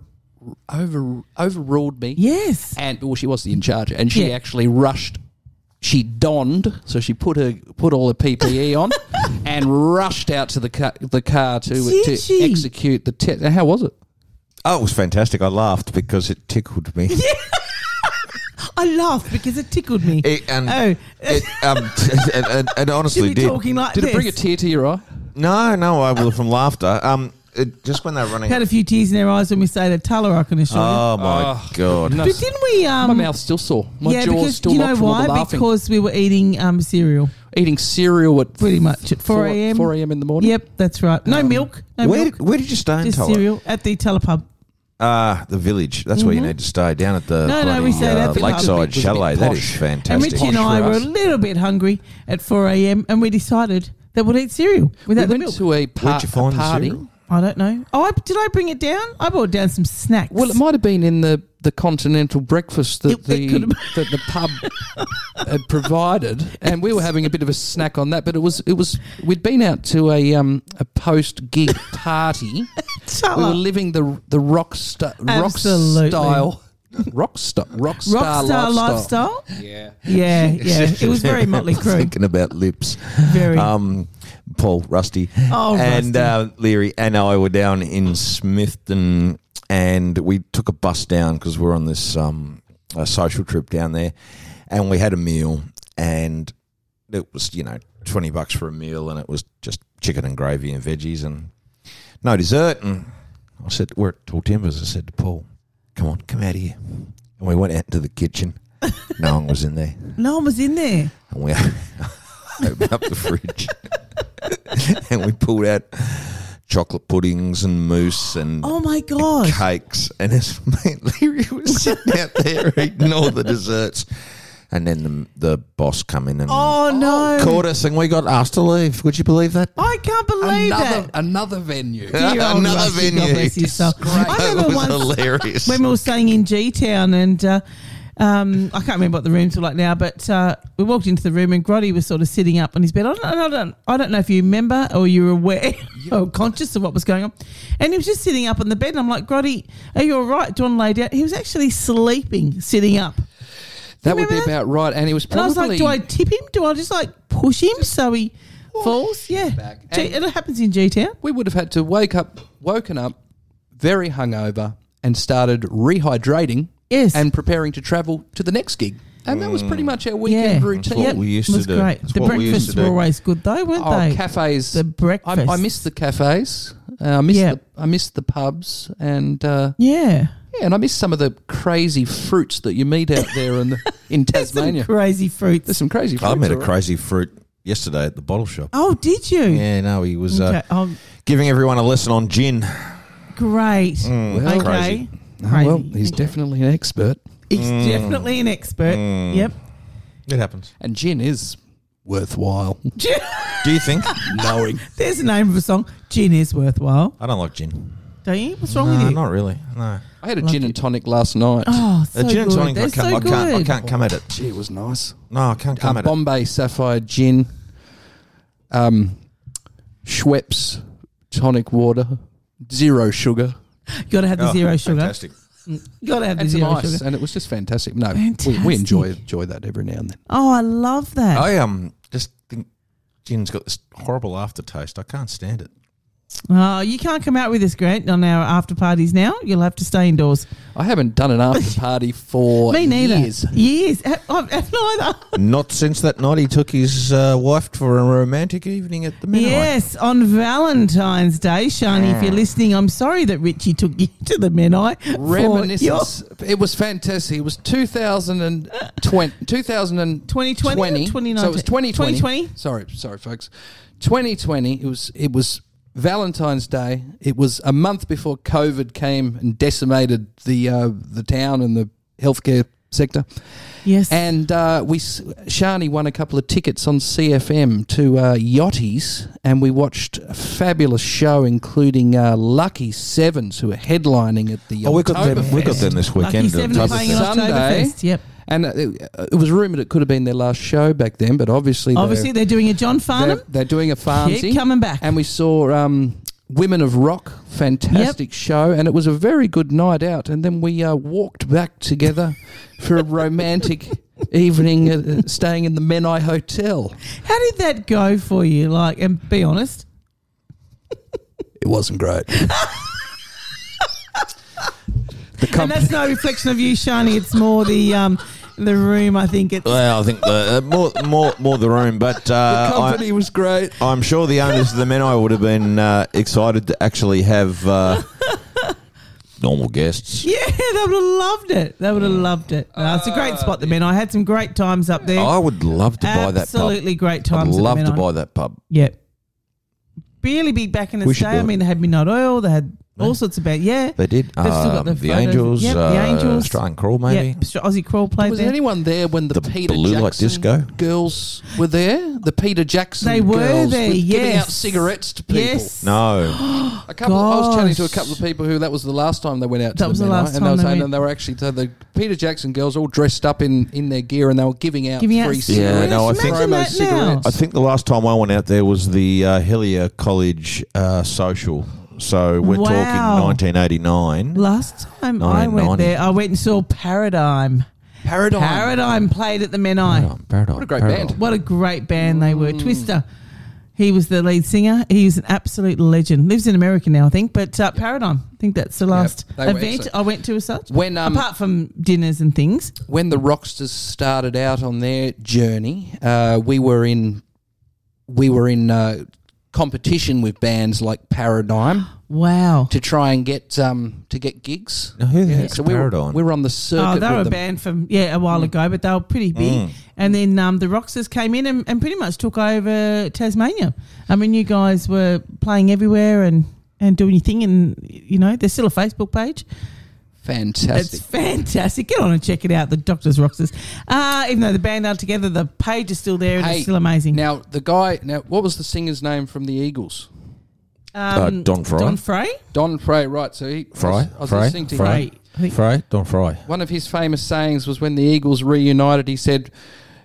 over overruled me yes. and well, she was the in charge, and she Yeah. actually rushed. She donned, so she put her put all her (laughs) PPE on, and rushed out to the car, the car to Did to she? execute the test. And How was it? Oh, it was fantastic. I laughed because it tickled (laughs) me. I laughed because it tickled me. It- and, oh, it, (laughs) um, (laughs) and, and, and should honestly be did. talking like Did this. it bring a tear to your eye? No, no, I will from laughter. Um, it, just when they were running. Had a few tears in their eyes when we say that Taylor, I can assure you. Oh my god! But didn't we? Um, My mouth's still sore. My yeah, jaw's because still you not know from all the why? laughing. Because we were eating um, cereal Eating cereal at pretty much at four four a.m. Four a.m. in the morning. Um, Yep, that's right. No milk. No Where milk. did, where did you stay in just Tullack? cereal at the telepub. Ah, the village. That's where you need to stay down at the No, no, bloody, we stayed uh, at the lakeside pub. chalet. That is Posh. And fantastic. Richie and posh I for were a us. little bit hungry at 4 a.m. and we decided that we'll eat cereal We without the went milk. to a, par- Where'd you find a the party. cereal? I don't know. Oh, I, did I bring it down? I brought down some snacks. Well, it might have been in the, the continental breakfast that It- it the could have been. (laughs) that the pub (laughs) had provided, and we were having a bit of a snack on that. But it was it was we'd been out to a um a (laughs) post gig party. Shut we were up. living the the rock sta- rock Absolutely. style rock sta- rock star Rockstar lifestyle. lifestyle. Yeah. (laughs) Yeah, yeah. It was (laughs) very Motley Crue. Thinking about lips. Very. Um, Paul Rusty Oh, and Rusty. Uh, Leary and I were down in Smithton, and we took a bus down because we were on this um, a social trip down there, and we had a meal, and it was you know twenty bucks for a meal, and it was just chicken and gravy and veggies and no dessert. And I said, "We're at Tall Timbers." I said to Paul, "Come on, come out here," and we went out to the (laughs) kitchen. no one was in there no one was in there. and we (laughs) opened up the fridge (laughs) and we pulled out chocolate puddings and mousse and Oh my god. cakes. And as (laughs) mate Leary was sitting out there eating all the desserts, and then the, the boss come in and Oh no. caught us, and we got asked to leave. Would you believe that? I can't believe Another that. another venue. Dear old Another Rusty, God venue. bless his soul. (laughs) I That remember was once hilarious. (laughs) when we were staying in G Town, and uh, um, I can't remember what the rooms were like now, but uh, we walked into the room and Grotty was sort of sitting up on his bed. I don't, I don't, I don't know if you remember or you were aware or conscious of what was going on, and he was just sitting up on the bed. And I'm like, Grotty, are you all right? Do you want to lay down? He was actually sleeping, sitting up. (laughs) That would be Remember that? about right. And it was And I was like, probably do I tip him? Do I just like push him so he falls? Yeah, back. G- And- it happens in G Town. we would have had to wake up, woken up, very hungover, and started rehydrating. Yes. And preparing to travel to the next gig, and that was pretty much our weekend Yeah. routine. That's what we used it to was do. great. That's the what we used breakfasts to were do. always good though, weren't Oh, they? cafes! The breakfast. I, I miss the cafes. Uh, I miss Yeah. the I miss the pubs, and uh, yeah. yeah, and I miss some of the crazy fruits that you meet out there (laughs) in the, in Tasmania. Some crazy fruits. There's some crazy. fruits. I met a alright. crazy fruit yesterday at the bottle shop. Oh, did you? Yeah, no, he was Okay. uh, Oh, giving everyone a lesson on gin. great. well, okay. Mm, crazy. Oh, well, he's definitely an expert. He's Mm. definitely an expert. Yep. It happens. And gin is worthwhile Do you think? (laughs) knowing. (laughs) There's the name of a song. Gin is worthwhile. I don't like gin. Don't you? What's wrong No, with you? not really. No. I had a gin and tonic last night. Oh, so The gin and good. tonic, They're I can't, so I, can't, I good. can't come at it. Gee, it was nice. No, I can't come Uh, at it. Bombay Sapphire Gin, um, Schweppes tonic water, zero sugar, You got to have the Oh, zero sugar. Fantastic. You got to have the and some zero ice, sugar. and it was just fantastic. No, we, Fantastic. we enjoy enjoy that every now and then. Oh, I love that. I um just think gin's got this horrible aftertaste. I can't stand it. Oh, you can't come out with us, Grant, on our after parties now. You'll have to stay indoors. I haven't done an after party for Me neither. years. Years. I- I've, (laughs) I've neither. Not since that night he took his uh, wife for a romantic evening at the Menai. Yes, on Valentine's Day, Shani, if you're listening, I'm sorry that Richie took you (laughs) to the Menai. for your- Reminiscence. It was fantastic. It was (laughs) 2020. 2020. 2020? So it was 2020. 2020? Sorry, sorry, folks. 2020. It was. It was Valentine's Day. It was a month before COVID came and decimated the uh, the town and the healthcare sector. Yes. And uh, we, s- Shani won a couple of tickets on CFM to uh, Yachties, and we watched a fabulous show, including uh, Lucky Sevens, who are headlining at the. Oh, we got them. We got Oktoberfest. them this Lucky weekend. Seven are playing in Oktoberfest. Sunday. Oktoberfest. Yep. And it, it was rumored it could have been their last show back then, but obviously, Obviously, they're they're, doing a John they're, Farnham. they're doing a farmsy. Keep coming back. And we saw um, Women of Rock, fantastic show, and it was a very good night out. And then we uh, walked back together for a romantic evening, at, uh, staying in the Menai Hotel. How did that go for you? Like, and be honest. It (laughs) wasn't great. the And company. that's no reflection of you, Shani. It's more the um, the room. I think it's Well, I think the, uh, more more more the room, but (laughs) The uh, company was great. I, I'm sure the owners of the Menai would have been uh, excited to actually have (laughs) uh, normal guests. yeah. (laughs) They would have loved it. They would have loved it. No, it's a great spot, the men. I had some great times up there. Uh, I would love to buy that pub. Absolutely great I'd times. at the love to Menai. buy that pub. Yep. Barely be back in the We should day. do I it. mean, they had Midnight Oil. They had all sorts of bands. Yeah. They did. They've still got Um, the the, photos. Angels, Yep, The uh, Angels. Australian Crawl, maybe. Yeah, Stra- Aussie Crawl played Was there. anyone there when the, The Peter blue light Jackson disco? girls were there? The Peter Jackson They were girls there, giving out yes. cigarettes to people. Yes. (gasps) No, A couple. I was chatting to a Gosh. couple of people who that was the last time they went out. That to was the Menai, last and they time were they saying, went. and they were actually so the Peter Jackson girls all dressed up in, in their gear, and they were giving out Giving out free cigarettes. cigarettes. Yeah, no, I think- Imagine promo that now. cigarettes. I think the last time I went out there was the uh, Hillier College uh, social. So we're Wow. talking 1989. Last time I went 990. there, I went and saw Paradigm. Paradigm. Paradigm played at the Menai. What a great band. What a great band they were. Mm. Twister. He was the lead singer. He was an absolute legend. Lives in America now, I think. But uh, Paradigm, I think that's the last they were event excellent. I went to as such. When, um, apart from dinners and things, when the Rocksters started out on their journey, uh, we were in we were in uh, competition with bands (gasps) like Paradigm wow. to try and get um, to get gigs. Now, who the Yeah, heck's so we were, Paradigm? we were on the Oh, circuit. they were with a them. Mm. band from yeah a while ago, but they were pretty big. And then um, the Roxas came in and, and pretty much took over Tasmania. I mean, you guys were playing everywhere and and doing your thing, and you know there's still a Facebook page. Fantastic. It's fantastic. Get on and check it out. The Doctors Roxas. Uh, even though the band aren't together, the page is still there and Hey, it's still amazing. Now the guy. Now what was the singer's name from the Eagles? Uh, Don Fry. Um, Don Frey. Don Frey, right? So he I Fry, was, I was Fry, listening to him. Fry. I think- Fry, Don Fry. One of his famous sayings was when the Eagles reunited. He said,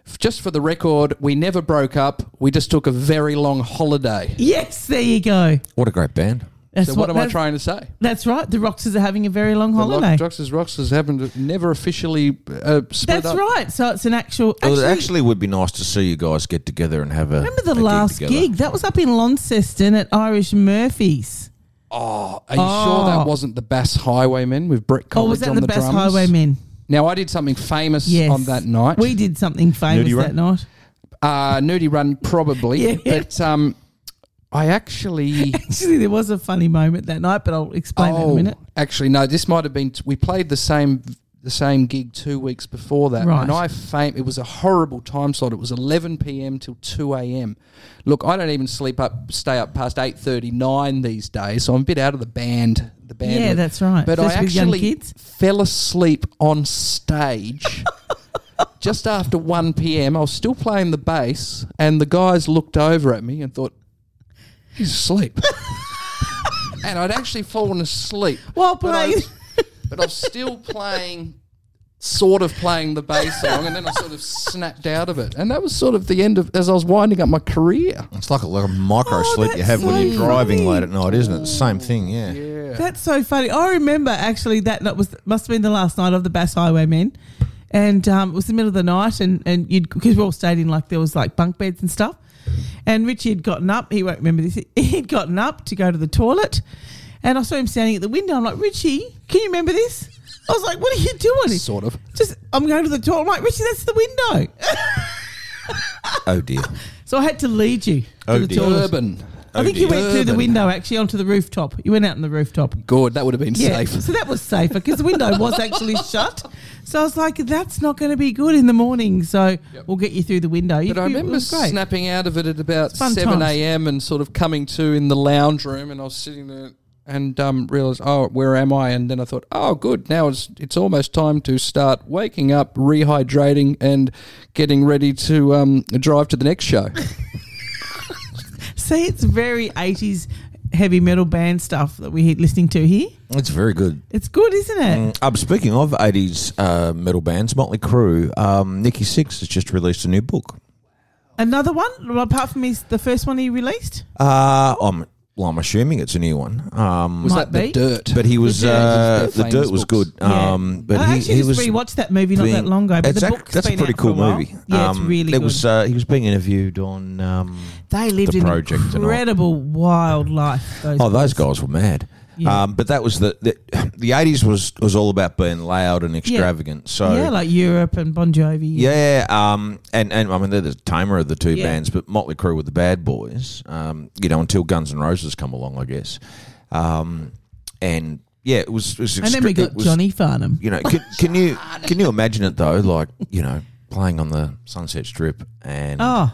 "F- "Just for the record, we never broke up. We just took a very long holiday." Yes, there you go. What a great band. That's So what, am I that's- trying to say? That's right. The Roxas are having a very long The holiday. Roxas Roxas haven't never officially uh, split that's up. Oh, right. So it's an actual. Well, it actually- actually would be nice to see you guys get together and have a. Remember the a last gig, together. That was up in Launceston at Irish Murphy's. Are you sure Oh. that wasn't the Bass Highwaymen Oh, with Brett Or Coleridge was that on the, the, best drums? highwaymen? Now I did something famous Yes. on that night. We did something famous Nudie run? that night. (laughs) uh, nudie run probably, Yeah. but um, (laughs) I actually. Actually, there Oh, was a funny moment that night, but I'll explain that in a minute. Actually, no. This might have been. We played the same the same gig two weeks before that, Right. and I fame it was a horrible time slot. It was 11 p.m. till 2 a.m. Look, I don't even sleep up, stay up past 8:39 these days, so I'm a bit out of the band. The band, Yeah, that's right. But I Especially with young actually kids. fell asleep (laughs) on stage. Just after 1 p.m., I was still playing the bass, and the guys looked over at me and thought, He's (laughs) asleep. and I'd actually fallen asleep. Well But I, played. but I was still playing, sort of playing the bass song, and then I sort of snapped out of it. And that was sort of the end of, as I was winding up my career. It's like a, like a micro Oh, sleep you that's have when so you're driving funny. late at night, isn't it? Same thing, yeah. That's so funny. I remember actually that that was must have been the last night of the Bass Highwaymen, and um, it was the middle of the night, and and you'd because we all stayed in like there was like bunk beds and stuff, and Richie had gotten up. He won't remember this. (laughs) He'd gotten up to go to the toilet, and I saw him standing at the window. I'm like, Richie, can you remember this? I was like, what are you doing? Sort of. Just I'm going to the toilet. I'm like, Richie, that's the window. Oh dear. so I had to lead you to Oh, the dear. Oh, toilet. Urban. I think you went through the window actually onto the rooftop. You went out on the rooftop. Good. That would have been safe. So that was safer because the window was (laughs) actually shut. So I was like, that's not going to be good in the morning. So we'll get you through the window. You- But I you- it remember was great. snapping out of it at about fun 7 times. a.m. and sort of coming to in the lounge room, and I was sitting there and um, realized, oh, where am I? And then I thought, oh, good, now it's it's almost time to start waking up, rehydrating, and getting ready to um, drive to the next show. See, it's very 80s heavy metal band stuff that we're listening to here. It's very good. It's good, isn't it? Um, speaking of 80s uh, metal bands, Motley Crue, um, Nikki Six has just released a new book. Another one, well, apart from his, the first one he released. Uh, I'm, well, I'm assuming it's a new one. Um, Was Might that the be. dirt? but he was, The Dirt uh, was the their dirt famous was books. good. Um, but I he, actually he just was rewatched that movie not being- that long ago. But It's the ac- book's that's been a pretty out for cool while. movie. Yeah, it's Um, really there good. Was, uh, he was being interviewed on. Um, they lived the an project and all. incredible, wild life. Those oh, those boys. guys were mad. Yeah. Um, but that was the the- the eighties was was all about being loud and extravagant. So Yeah, like Europe and Bon Jovi. Yeah, um, and and I mean they're the tamer of the two Yeah. bands, but Motley Crue were the bad boys. Um, you know, until Guns N' Roses come along, I guess. Um, and yeah, it was. It was And then we extre- got it was- Johnny Farnham. You know, can, can you can you imagine it though? Like you know, playing on the Sunset Strip, and Oh,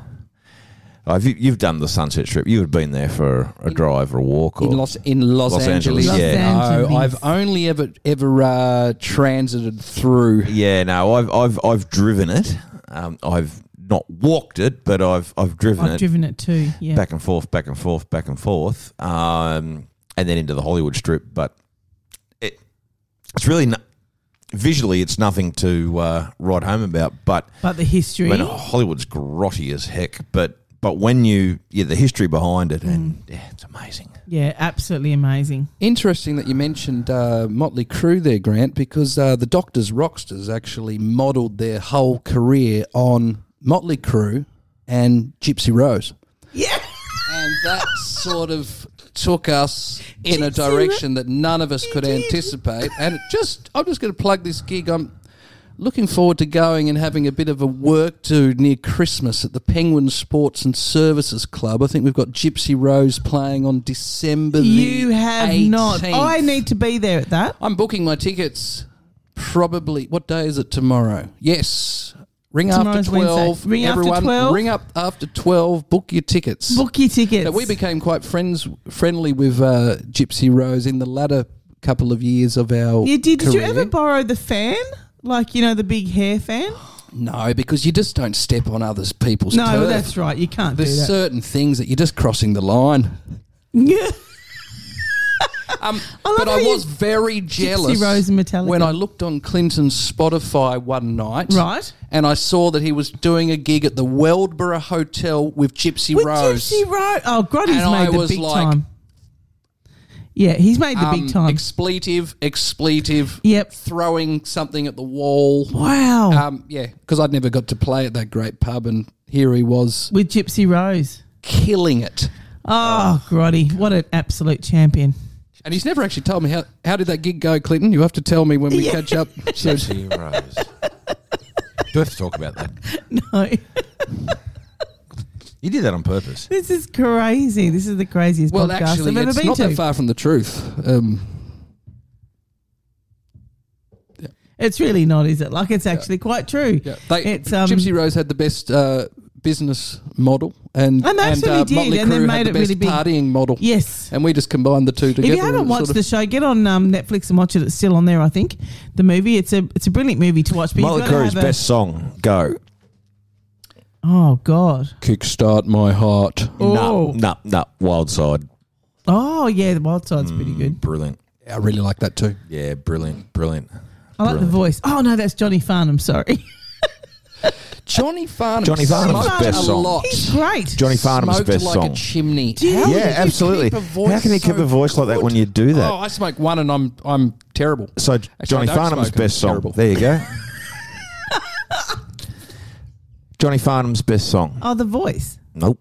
Oh, have you, you've done the Sunset Strip. You've been there for a drive or a walk, or in Los in Los, Los Angeles, Angeles. Los yeah. No, Angeles. I've only ever ever uh, transited through. yeah, no, I've I've I've driven it. Um, I've not walked it, but I've I've driven I've it. driven it too. Yeah. back and forth, back and forth, back and forth, um, and then into the Hollywood Strip. But it, it's really no, visually, it's nothing to uh, write home about. But But the history. I mean, Hollywood's grotty as heck. But but when you yeah, the history behind it, and yeah, it's amazing. yeah, absolutely amazing. Interesting that you mentioned uh, Motley Crue there, Grant, because uh, the Doctors Rocksters actually modelled their whole career on Motley Crue and Gypsy Rose. Yeah. And that sort of took us in a Gypsy direction that none of us You could did. anticipate. And it just, I'm just going to plug this gig. I'm looking forward to going and having a bit of a work do near Christmas at the Penguin Sports and Services Club. I think we've got Gypsy Rose playing on December the You have not. 18th. I need to be there at that. I'm booking my tickets. Probably what day is it tomorrow? Yes, ring Tomorrow's after twelve. Wednesday. Ring after Everyone, 12. ring up after twelve. Book your tickets. Book your tickets. Now, we became quite friends, friendly with uh, Gypsy Rose in the latter couple of years of our. you did. Did you career. ever borrow the fan? Like you know the big hair fan? (gasps) No, because you just don't step on others people's No, turf. that's right. You can't do There's that. certain things that you're just crossing the line. Yeah. Um, love but how I you- was very jealous Rose and Metallica. when I looked on Clinton's Spotify one night. Right. And I saw that he was doing a gig at the Weldborough Hotel with (laughs) Gypsy With Rose. Gypsy Rose. Oh, Grotty's And made I the was big like, time. Yeah, he's made the Um, big time. Expletive, expletive. Yep. Throwing something at the wall. wow. Um, yeah, because I'd never got to play at that great pub, and here he was With Gypsy Rose. killing it. uh, Oh, Grotty. What an absolute champion. (laughs) And he's never actually told me how, how did that gig go, Clinton. You have to tell me when we (laughs) catch up. So- Heroes. Do I have to talk about that? No. You did that on purpose. This is crazy. This is the craziest well, podcast actually, I've ever it's been not to. that far from the truth. Um, It's really not, is it? Like it's actually quite true. Yeah, they, it's um, Gypsy Rose had the best uh, business model, and uh, And they absolutely did, Motley and they Crue made had the it best really big. partying model. Yes. and we just combined the two together. If you haven't and it watched sort of- the show, get on um, Netflix and watch it. It's still on there, I think. The movie. It's a it's a brilliant movie to watch. But you've Motley got to Crue's have a- best song, go. Oh God. kickstart my heart. No, Oh. no, no. Wild Side, Oh yeah, the Wild Side's pretty good. Mm, brilliant. I really like that too. Yeah, brilliant, brilliant. I like the voice. Oh no, that's Johnny Farnham. Sorry, (laughs) Johnny Farnham. Johnny Farnham's smoked best a song. lot. he's great. Johnny Farnham's smoked best like song. a chimney. Do you- How yeah, absolutely. keep a voice How can you keep so a voice like that when you do that? Oh, I smoke one and I'm I'm terrible. so I Johnny don't Farnham's smoke, I'm best song. terrible. There you (laughs) go. Johnny Farnham's best song. Oh, the voice. Nope.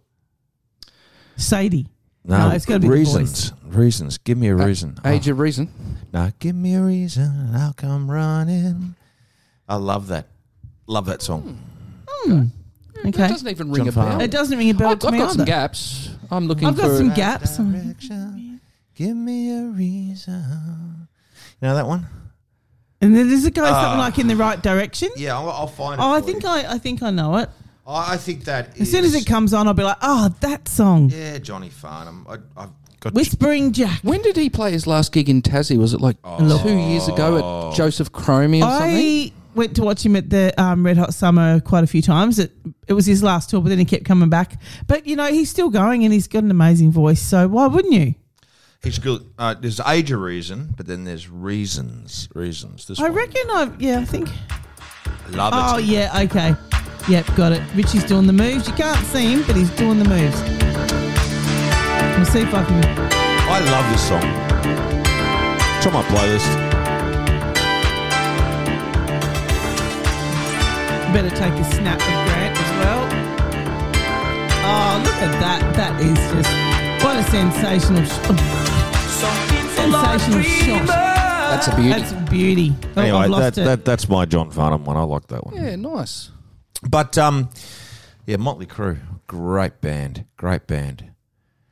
Sadie. No, No, it's gotta be the Uh, reasons. reasons. Give me a reason. Age of Reason. Now give me a reason. I'll come running. I love that. Love that song. Okay. It Mm, doesn't even ring John a bell. Farnham. It doesn't ring a bell I've, I've to me got some either. gaps. I'm looking I've for. got some gaps. Direction. Give me a reason. You know that one? And then there's a guy something like in the right direction. Yeah, I'll, I'll find Oh, I for think you. I, I think I know it. I, I think that As soon as it comes on, I'll be like, oh, that song, Yeah, Johnny Farnham. I, I've got Whispering Jack. when did he play his last gig in Tassie? Was it like Oh. two years ago at Joseph Cromie or something? I went to watch him at the um, Red Hot Summer quite a few times. It it was his last tour, but then he kept coming back. But you know, he's still going, and he's got an amazing voice. So why wouldn't you? It's good. Uh, there's age of reason, but then there's reasons. Reasons. This I one. reckon. I yeah, I think. I love Oh it. yeah, okay. Yep, got it. Richie's doing the moves. You can't see him, but he's doing the moves. We'll see if I can. I love this song. It's on my playlist. Better take a snap of Grant as well. Oh, look at that! That is just what a sensational, sh- (laughs) sensational shot. That's a beauty. That's beauty. Oh, I've Anyway, that, lost it. that that's my John Farnham one. I like that one. yeah, nice. But um, yeah, Motley Crue, great band, great band.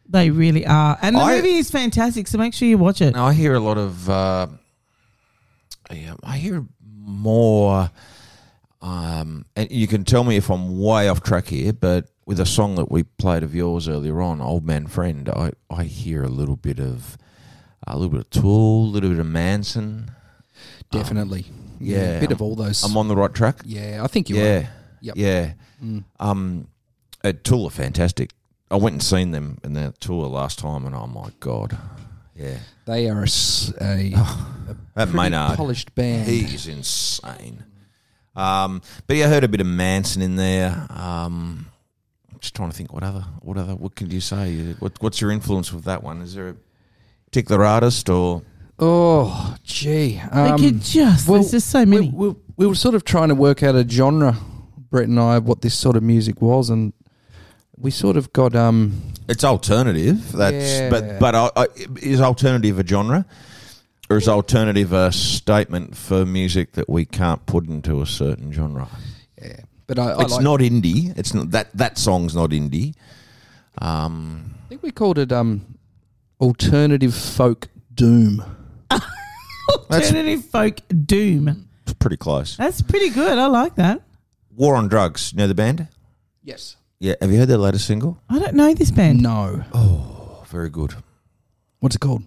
They really are. And the I- movie is fantastic, so make sure you watch it. Now I hear a lot of, uh, yeah, I hear more, um, and you can tell me if I'm way off track here, but with a song that we played of yours earlier on, "Old Man Friend," I, I hear a little bit of, a little bit of Tool, a little bit of Manson. Definitely. Oh. yeah, bit of all those. I'm on the right track. yeah, I think you Yeah, Yep. Mm. yeah. Um, uh, Tool are fantastic. I went and seen them in their tour last time, and oh my god, yeah, are. They are a, s- a that pretty (sighs) Maynard. polished band. He's insane. Um, but yeah, I heard a bit of Manson in there. Um, I'm just trying to think, what other, what other, what could you say? What, what's your influence with that one? Is there a particular artist or? Oh, gee. They um, could just, well, there's just so we- many. (laughs) We, we were sort of trying to work out a genre, Brett and I, what this sort of music was, and we sort of got um. It's alternative. That's Yeah. but but I, I, is alternative a genre, or is alternative a statement for music that we can't put into a certain genre? Yeah, but I, I it's like- not indie. It's not that that song's not indie. Um, I think we called it um, alternative folk doom. Alternative folk doom. it's pretty close. That's pretty good. I like that. War on Drugs. You know the band? Yes. Yeah. Have you heard their latest single? I don't know this band. No. Oh, very good. What's it called?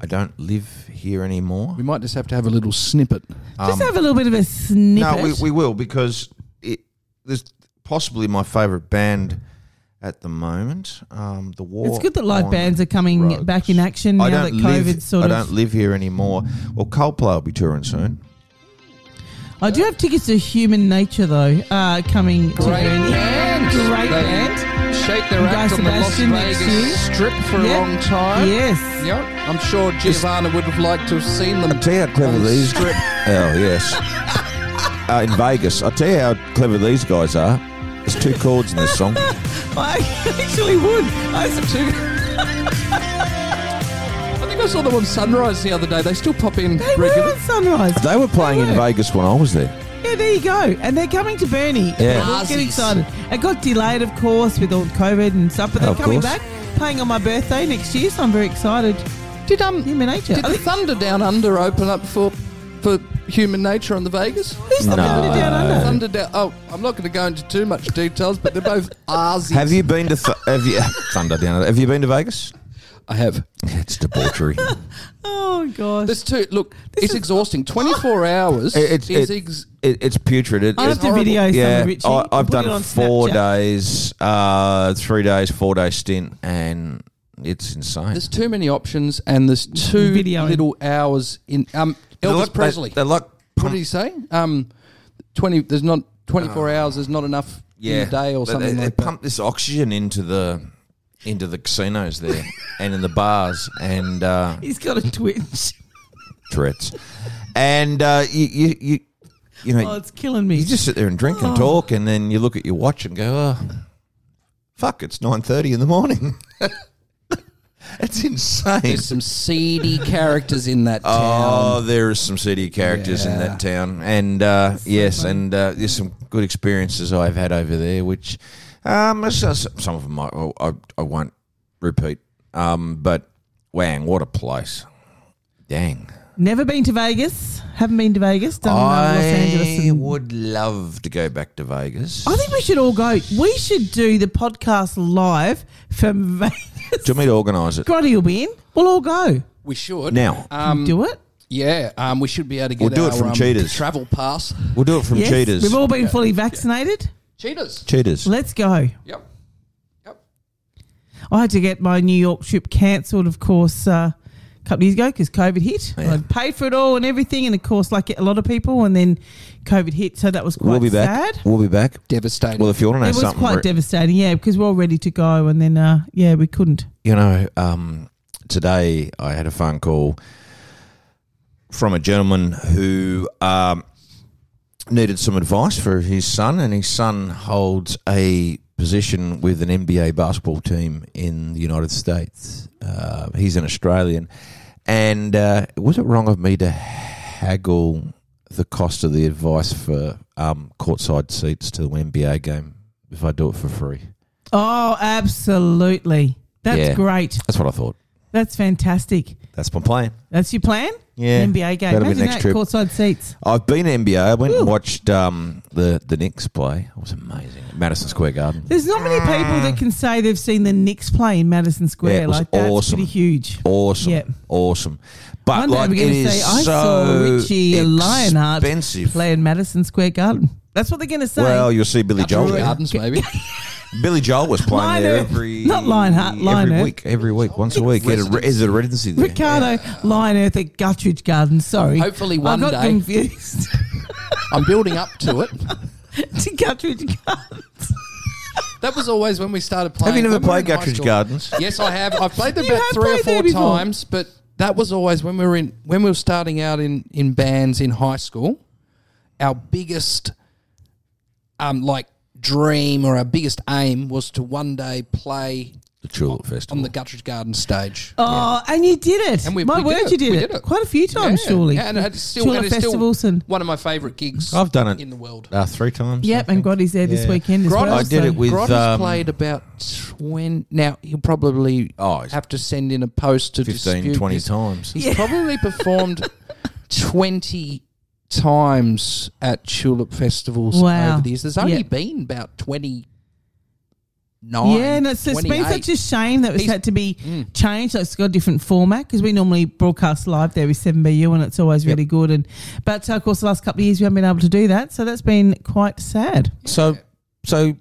I don't live here anymore. We might just have to have a little snippet. Just have a little bit of a snippet. um, No, we, we will because it, there's possibly my favourite band at the moment. Um, the War. it's good that live on bands are coming Drugs. back in action now that COVID live, sort I of. don't live here anymore. Well, Coldplay will be touring soon. I do have tickets to Human Nature though uh, coming to Burnie. Great band. Shake their And act Guy on the Las Sebastian next Vegas year. Strip for Yep. a long time. Yes. Yep. I'm sure Giovanna would have liked to have seen them. I tell you how clever on the these. strip. Oh yes, uh, in Vegas. I tell you how clever these guys are. There's two chords in this song. (laughs) I actually would. I subscribe. I think I saw them on Sunrise the other day. They still pop in They were regularly. on Sunrise. They were playing in They were. Vegas when I was there. Yeah, there you go. And they're coming to Burnie. Yeah. Let's Get Razzies. excited. It got delayed, of course, with all COVID and stuff, but they're Of coming course. back, playing on my birthday next year, so I'm very excited. Did um Human Nature. did I the think- Thunder Down Under open up for for human nature on the Vegas? Who's the No. Thunder Down Under? Thunder down. Oh, I'm not going to go into too much details, but they're both Aussies. Have you been to th- have you (laughs) Thunder Down? Have you been to Vegas? I have. It's (laughs) debauchery. Oh gosh. There's two. Look, it's (laughs) exhausting. 24 hours. It- it's is it's, ex- it- it's putrid. It, I it's have to video some of Richie. I, I've Put it done on four Snapchat. days, uh, three days, four day stint, and it's insane. there's too many options, and there's too Videoing. little hours in. Um, They're Elvis like- Presley. They, they're like what did he say? Um, 20. There's not 24 hours. There's not enough Ah. yeah, in a day or They- something They, like they pump this oxygen into the into the casinos (laughs) there and in the bars and uh, He's got a twitch. Tourette's, and uh, you, you you you know Oh, it's killing me. you just sit there and drink Oh. and talk, and then you look at your watch and go, oh, "Fuck, it's nine thirty in the morning." (laughs) it's that. insane. There's (laughs) some seedy characters in that town. Oh, there are some city characters in Yeah. that town, and uh, yes, and uh, there's some good experiences I've had over there, which um, s- s- some of them I, I, I won't repeat. Um, but wang, what a place! Dang, Never been to Vegas. Haven't been to Vegas. Done uh, Los Angeles. I and- would love to go back to Vegas. I think we should all go. We should do the podcast live from Vegas. (laughs) Do you want me to organise it Grotty will be in. We'll all go. We should now? Um, do it. Yeah, um, we should be able to get We'll do it our, from um, Cheetahs. travel pass. We'll do it from Yes. Cheaters. We've all been fully vaccinated. Cheetahs. Cheaters. Let's go. Yep. Yep. I had to get my New York trip cancelled, of course, uh, a couple of years ago because COVID hit. Yeah. I paid for it all and everything, and of course, like a lot of people, and then COVID hit, so that was quite We'll be back. sad. We'll be back. Devastating. Well, if you want to know It was something, quite re- devastating, yeah, because we we're all ready to go, and then uh, yeah, we couldn't. you know, um, today I had a phone call from a gentleman who um, needed some advice for his son, and his son holds a position with an NBA basketball team in the United States. Uh, he's an Australian, and uh, was it wrong of me to haggle the cost of the advice for um, courtside seats to the NBA game if I do it for free? Oh, absolutely. That's Yeah. great. That's what I thought. That's fantastic. That's my plan. That's your plan. Yeah. NBA game. That'll be Imagine next that trip. courtside seats. I've been NBA. I went and watched um, the the Knicks play. It was amazing. At Madison Square Garden. There's not many people that can say they've seen the Knicks play in Madison Square. Yeah, it was like that's awesome. pretty huge. Awesome, Yeah. awesome. But One day like, we're it going to is say, so I saw Richie Lionheart expensive. play in Madison Square Garden. That's what they're going to say. Well, you'll see Billy Joel. there. Gardens, (laughs) maybe. Billy Joel was playing there Lionheart. every Not Lionheart, every Lionheart. week, every week, once a week. He had a re- Is it a residency there? Ricardo Lion Earth at Guttridge Garden. Sorry. Hopefully one I got day. confused (laughs) I'm building up to it. to Guttridge Garden. That was always when we started playing. Have you never when we were played in high Guttridge school. Gardens? Yes, I have. I've played them You about have three or played there four before. times, but that was always when we were in when we were starting out in in bands in high school. Our biggest, um, like dream or our biggest aim was to one day play The Tulip Festival. on the Guttridge Garden stage. Oh, and you did it. And we- My we did word, it. you did We it. did it. Quite a few times, Yeah. surely. and it's still, Tulip and it's still festivals and- one of my favourite gigs. I've done it in the world. uh, three times. Yep, I and think. Goddy's there this Yeah. weekend as Grotto's well. I did it with Grotto's um, played about twenty. Now he'll probably Oh, it's have to send in a post to 15, dispute 20 this. times. He's probably (laughs) performed twenty times at tulip festivals Wow. over the years. There's only Yeah. been about twenty nine. Yeah, and it's, it's been such a shame that it's He's- had to be changed. Like it's got a different format because we normally broadcast live there with Seven BU, and it's always really good. And but uh, of course, the last couple of years we haven't been able to do that, so that's been quite sad. So, so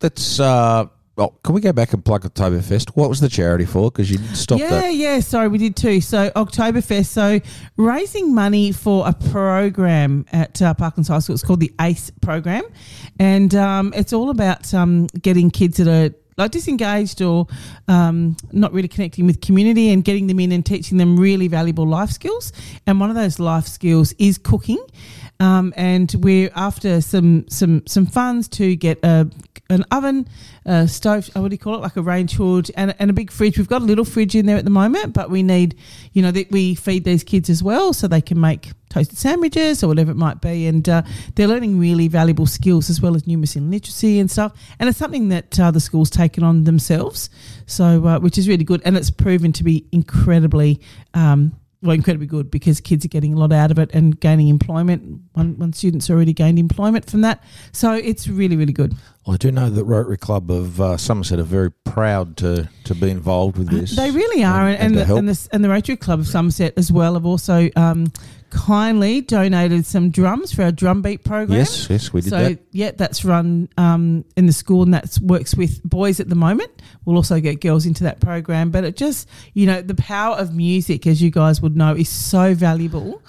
that's. Uh, well, can we go back and plug Oktoberfest? What was the charity for? Because you stopped yeah, that. yeah. Sorry, we did too. So Oktoberfest. So raising money for a program at uh, Parklands High School. It's called the ACE program, and um, it's all about um, getting kids that are like disengaged or um, not really connecting with community and getting them in and teaching them really valuable life skills. And one of those life skills is cooking. Um, and we're after some some some funds to get a an oven, a stove, uh, what do you call it, like a range hood, and, and a big fridge. We've got a little fridge in there at the moment, but we need, you know, that we feed these kids as well so they can make toasted sandwiches or whatever it might be. And uh, they're learning really valuable skills as well as numeracy and literacy and stuff. And it's something that uh, the school's taken on themselves, so uh, which is really good. And it's proven to be incredibly um, well, incredibly good because kids are getting a lot out of it and gaining employment. One, one student's already gained employment from that. So it's really, really good. I do know that Rotary Club of uh, Somerset are very proud to, to be involved with this. Uh, They really are, and, and, to the, help. and, the, and the Rotary Club of Somerset as well have also um, kindly donated some drums for our drum beat program. yes, yes, we did so that. yeah, that's run um, in the school, and that works with boys at the moment. We'll also get girls into that program, but it just you know the power of music, as you guys would know, is so valuable.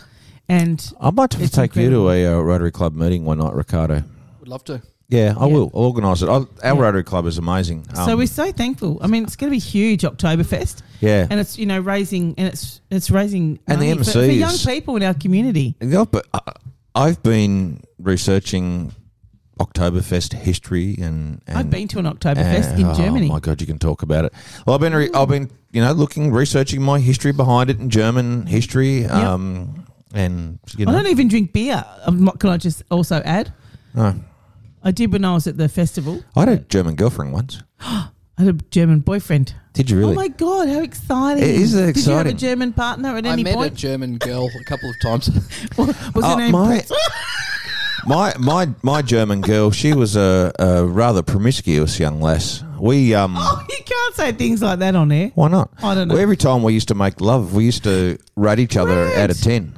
And I'd like to It's take you to a uh, Rotary Club meeting one night, Ricardo. Would love to. Yeah, I Yeah. will. I'll organise it. I, our Rotary Club is amazing. so Um, we're so thankful. I mean, it's going to be huge Oktoberfest, yeah, and it's you know raising and it's it's raising And the money for, for MCs. young people in our community. Yeah, but I- uh, I've been researching Oktoberfest history and, and I've been to an Oktoberfest and- in oh Germany. my god, you can talk about it. Well, I've been re- I've been you know looking researching my history behind it in German history. Um, and you I know, don't e- even drink beer. Um, what- Can I just also add? Oh. I did when I was at the festival. I had a German girlfriend once. I had a German boyfriend. Did you really? Oh my god, how exciting! It is Did you have a exciting. German partner at I any met a point? German girl a couple of times. (laughs) Was Uh, her name? my, my my my German girl, she was a, a rather promiscuous young lass. We um. (laughs) Oh, you can't say things like that on air. Why not? I don't know. Well, every time we used to make love, we used to rate each other out of ten.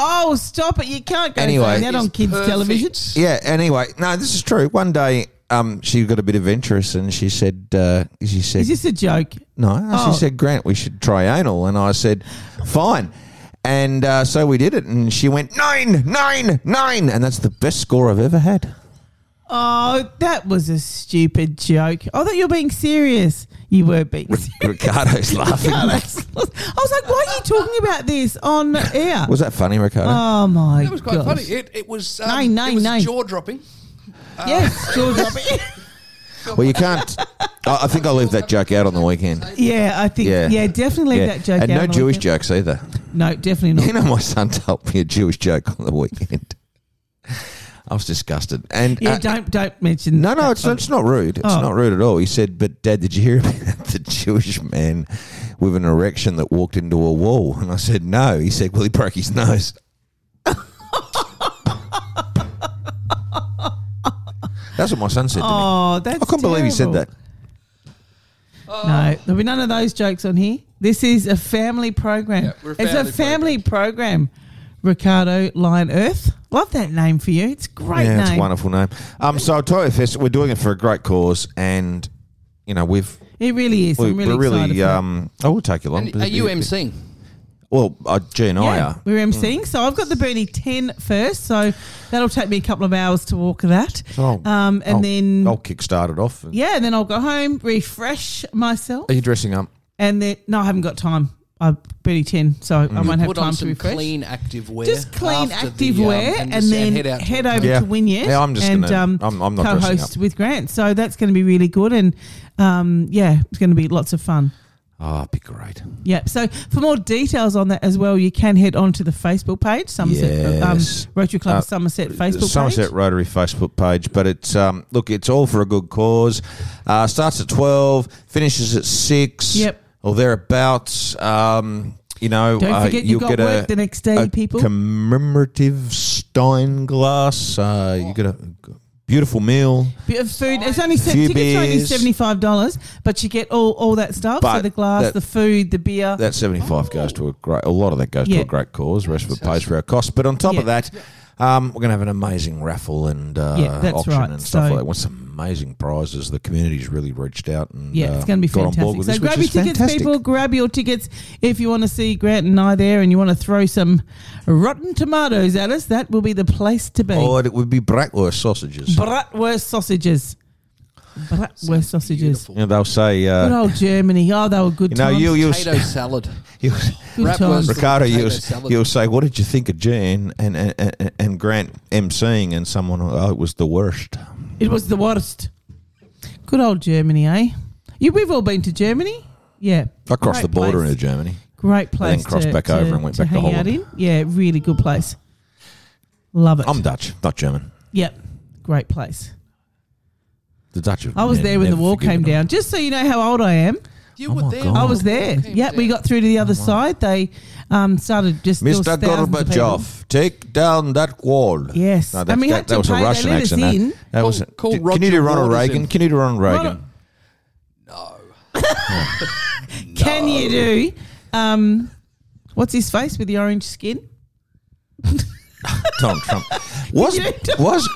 Oh, stop it! You can't go Anyway. saying that on kids' Perfect. television. Yeah. Anyway, no, this is true. One day, um, she got a bit adventurous, and she said, uh, she said, Is this a joke? no, Oh. she said, Grant, we should try anal, and I said, fine. And uh, so we did it, and she went nine, nine, nine, and that's the best score I've ever had. Oh, that was a stupid joke. I thought you were being serious. You were being (laughs) serious. Ricardo's laughing. I was like, why are you talking about this on air? (laughs) Was that funny, Ricardo? oh my It was quite gosh. funny. It, it was, um, Nine, nine, it was nine. jaw dropping. (laughs) Yes, jaw dropping. Oh. well, you can't. I, I think I'll leave that joke out on the weekend. yeah, I think. Yeah. Yeah, definitely leave Yeah. that joke and out no on the Jewish weekend. jokes either. (laughs) No, definitely not. You know, my son told me a Jewish joke on the weekend. (laughs) I was disgusted. And yeah, uh, don't don't mention. no, no, that it's not, it's not rude. It's Oh. not rude at all. He said, "But Dad, did you hear about (laughs) the Jewish man with an erection that walked into a wall?" And I said, "No." He said, "Well, he broke his nose." That's what my son said to me. Oh, that's. I couldn't believe he said that. terrible. No, there'll be none of those jokes on here. This is a family program. Yeah, we're a it's a family family program. Ricardo Lion Earth. Love that name for you. It's a great yeah, name. it's a wonderful name. Um, so Toyo Fest, we're doing it for a great cause, and you know we've It really is. we, I'm really, are excited. really. for that. Um, I will take you along. And are you emceeing? Well, uh, G and I Yeah, are. we're emceeing. So I've got the Bernie 10 first. So that'll take me a couple of hours to walk that. So I'll- um, and I'll- then, I'll kickstart it off. yeah, and then I'll go home, refresh myself. Are you dressing up? And then, no, I haven't got time. I Bernie 10, so I won't have Mm. Put time on to some refresh. clean active wear. just clean after active the, um, wear and, just- then head, out to a over club. Yeah. to Wynyard Yeah, I'm just and um, gonna- I'm- I'm not dressing co-host up. with Grant. So that's going to be really good and um, yeah, it's going to be lots of fun. Oh, it'd be great. Yeah. So for more details on that as well, you can head on to the Facebook page, Somerset Yes. um, Rotary Club Uh, Somerset Facebook Somerset page. Rotary Facebook page, but it's um, look, it's all for a good cause. Uh, starts at twelve, finishes at six, Yep. or thereabouts. Um, you know, Don't uh, forget you've you'll got get work a, the next day, a people. commemorative Stein glass. Uh, Oh. You get a beautiful meal. Bit of food. It's only se- Few tickets are only beers. seventy five dollars, but you get all, all that stuff. So But the glass, that- the food, the beer. That 75 goes to a great, a lot of that goes to Yeah. a great cause. The rest of it pays for our costs. But on top of Yeah. that, um, we're going to have an amazing raffle and uh, Yeah, that's auction right. and stuff So- like that. With some amazing prizes. The community's really reached out and Yeah, it's uh, going to be got fantastic. on board with so this, grab your which is tickets, fantastic. people. Grab your tickets if you want to see Grant and I there, and you want to throw some rotten tomatoes at us. That will be the place to be. Or Oh, it would be bratwurst sausages. Bratwurst sausages. Bratwurst sausages. you know, they'll say, Good uh, old Germany. Oh, they were good you know, times. you, you, (laughs) Potato salad. you, good Bratwurst. times. Ricardo, Potato you, salad. you'll say, what did you think of Jan and, and, and, and Grant emceeing and someone, oh, it was the worst. It was the worst. Good old Germany, eh? You, we've all been to Germany. Yeah. I crossed Great the border place. into Germany. Great place. then crossed to, back to- over and went to back to hang out Holland. in. Yeah, really good place. Love it. I'm Dutch, not German. Yep. Great place. The Dutch. have I was ne- there when the never wall forgiven came them. down. Just so you know how old I am, You Oh were my there. God. I was there. Came Yeah, we down. got through to the Oh, other side. They um, started just there was Mr. thousands of people. Gorbachev, take down that wall. Yes. No, And that, we had that, that to was a pay- they Russian let us accent. that- in. That was. Call- Did- call can you do Roger Ronald Waters Reagan? in. Can you do Ronald Reagan? Can you do? Um, what's his face with the orange skin? Donald Trump was (laughs) you do- (laughs) was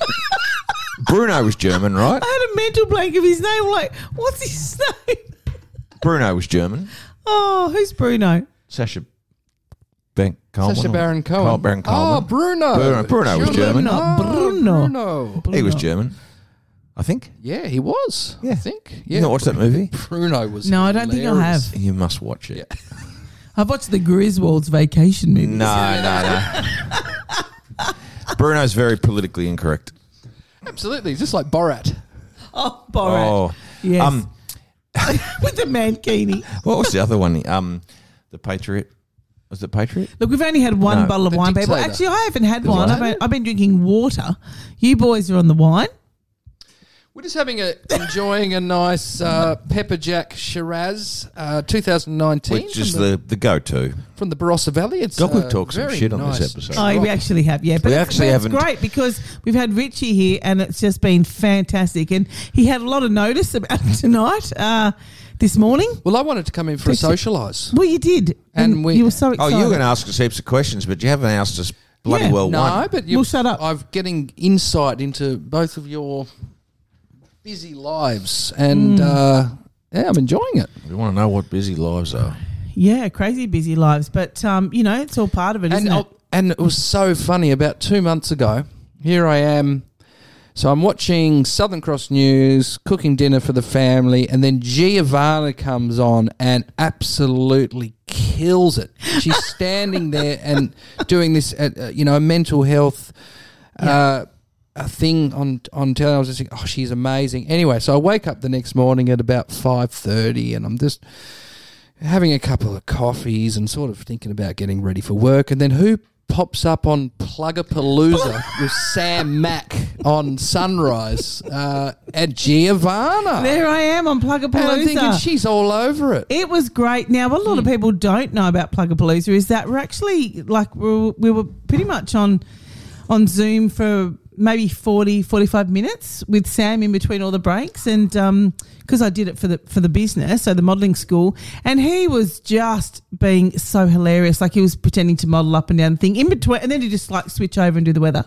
Bruno was German, right? I had a mental blank of his name. Like, what's his (laughs) name? Bruno was German. Oh, who's Bruno? Sasha Bank Coleman. Sacha or- Baron Cohen. Col- Baron Oh, Coleman. Bruno. Bruno- Bruno was German. Oh, Bruno. Bruno. he was Bruno. German, I think. Yeah, he was. Yeah. I think. You not watch that movie? Bruno was. No, I don't think I hilarious. have. You must watch it. I've watched the Griswolds vacation movie. No, no, (laughs) no. Bruno's very politically incorrect. Absolutely, just like Borat. Oh, Borat. Oh, Yes. um, With the mankini. what was the other one? Um, the Patriot. Was it Patriot? Look, we've only had one No. bottle of The wine, people. dictator. Actually, I haven't had one. I've been, dictator? I've been drinking water. You boys are on the wine. We're just having a enjoying a nice uh, Pepper Jack Shiraz, uh, 2019 Which is from, the, the, the go to. from the Barossa Valley. It's God, uh, we've talked some very shit on nice. this episode. Oh, we actually have, yeah. But We it's- actually but it's haven't. Great because we've had Richie here, and it's just been fantastic. And he had a lot of notice about (laughs) tonight, uh, this morning. Well, I wanted to come in for a socialise. Well, you did, And we- you were so Oh, excited. you were going to ask us heaps of questions, but you haven't asked us bloody Yeah. well No, one. but you Well, shut up. I'm getting insight into both of your busy lives, and Mm. uh, yeah, I'm enjoying it. We want to know what busy lives are. yeah, crazy busy lives, but um, you know, it's all part of it, isn't and it? I'll- and it was so funny. About two months ago, here I am. So I'm watching Southern Cross News, cooking dinner for the family, and then Giovanna comes on and absolutely kills it. (laughs) She's standing there and doing this, uh, uh, you know, a mental health uh, a thing on on telly. I was just thinking, oh, she's amazing. Anyway, so I wake up the next morning at about five thirty, and I'm just having a couple of coffees and sort of thinking about getting ready for work. And then who pops up on Plugapalooza (laughs) with Sam Mack on Sunrise uh, at Giovanna? There I am on Plugapalooza. and I'm thinking she's all over it. It was great. Now, what a lot of people don't know about Plugapalooza is that we're actually like we were, we were pretty much on on Zoom for maybe 40, 45 minutes with Sam in between all the breaks, and because I did it for the for the business, so the modelling school, and he was just being so hilarious. Like he was pretending to model up and down the thing in between, and then he just like switch over and do the weather.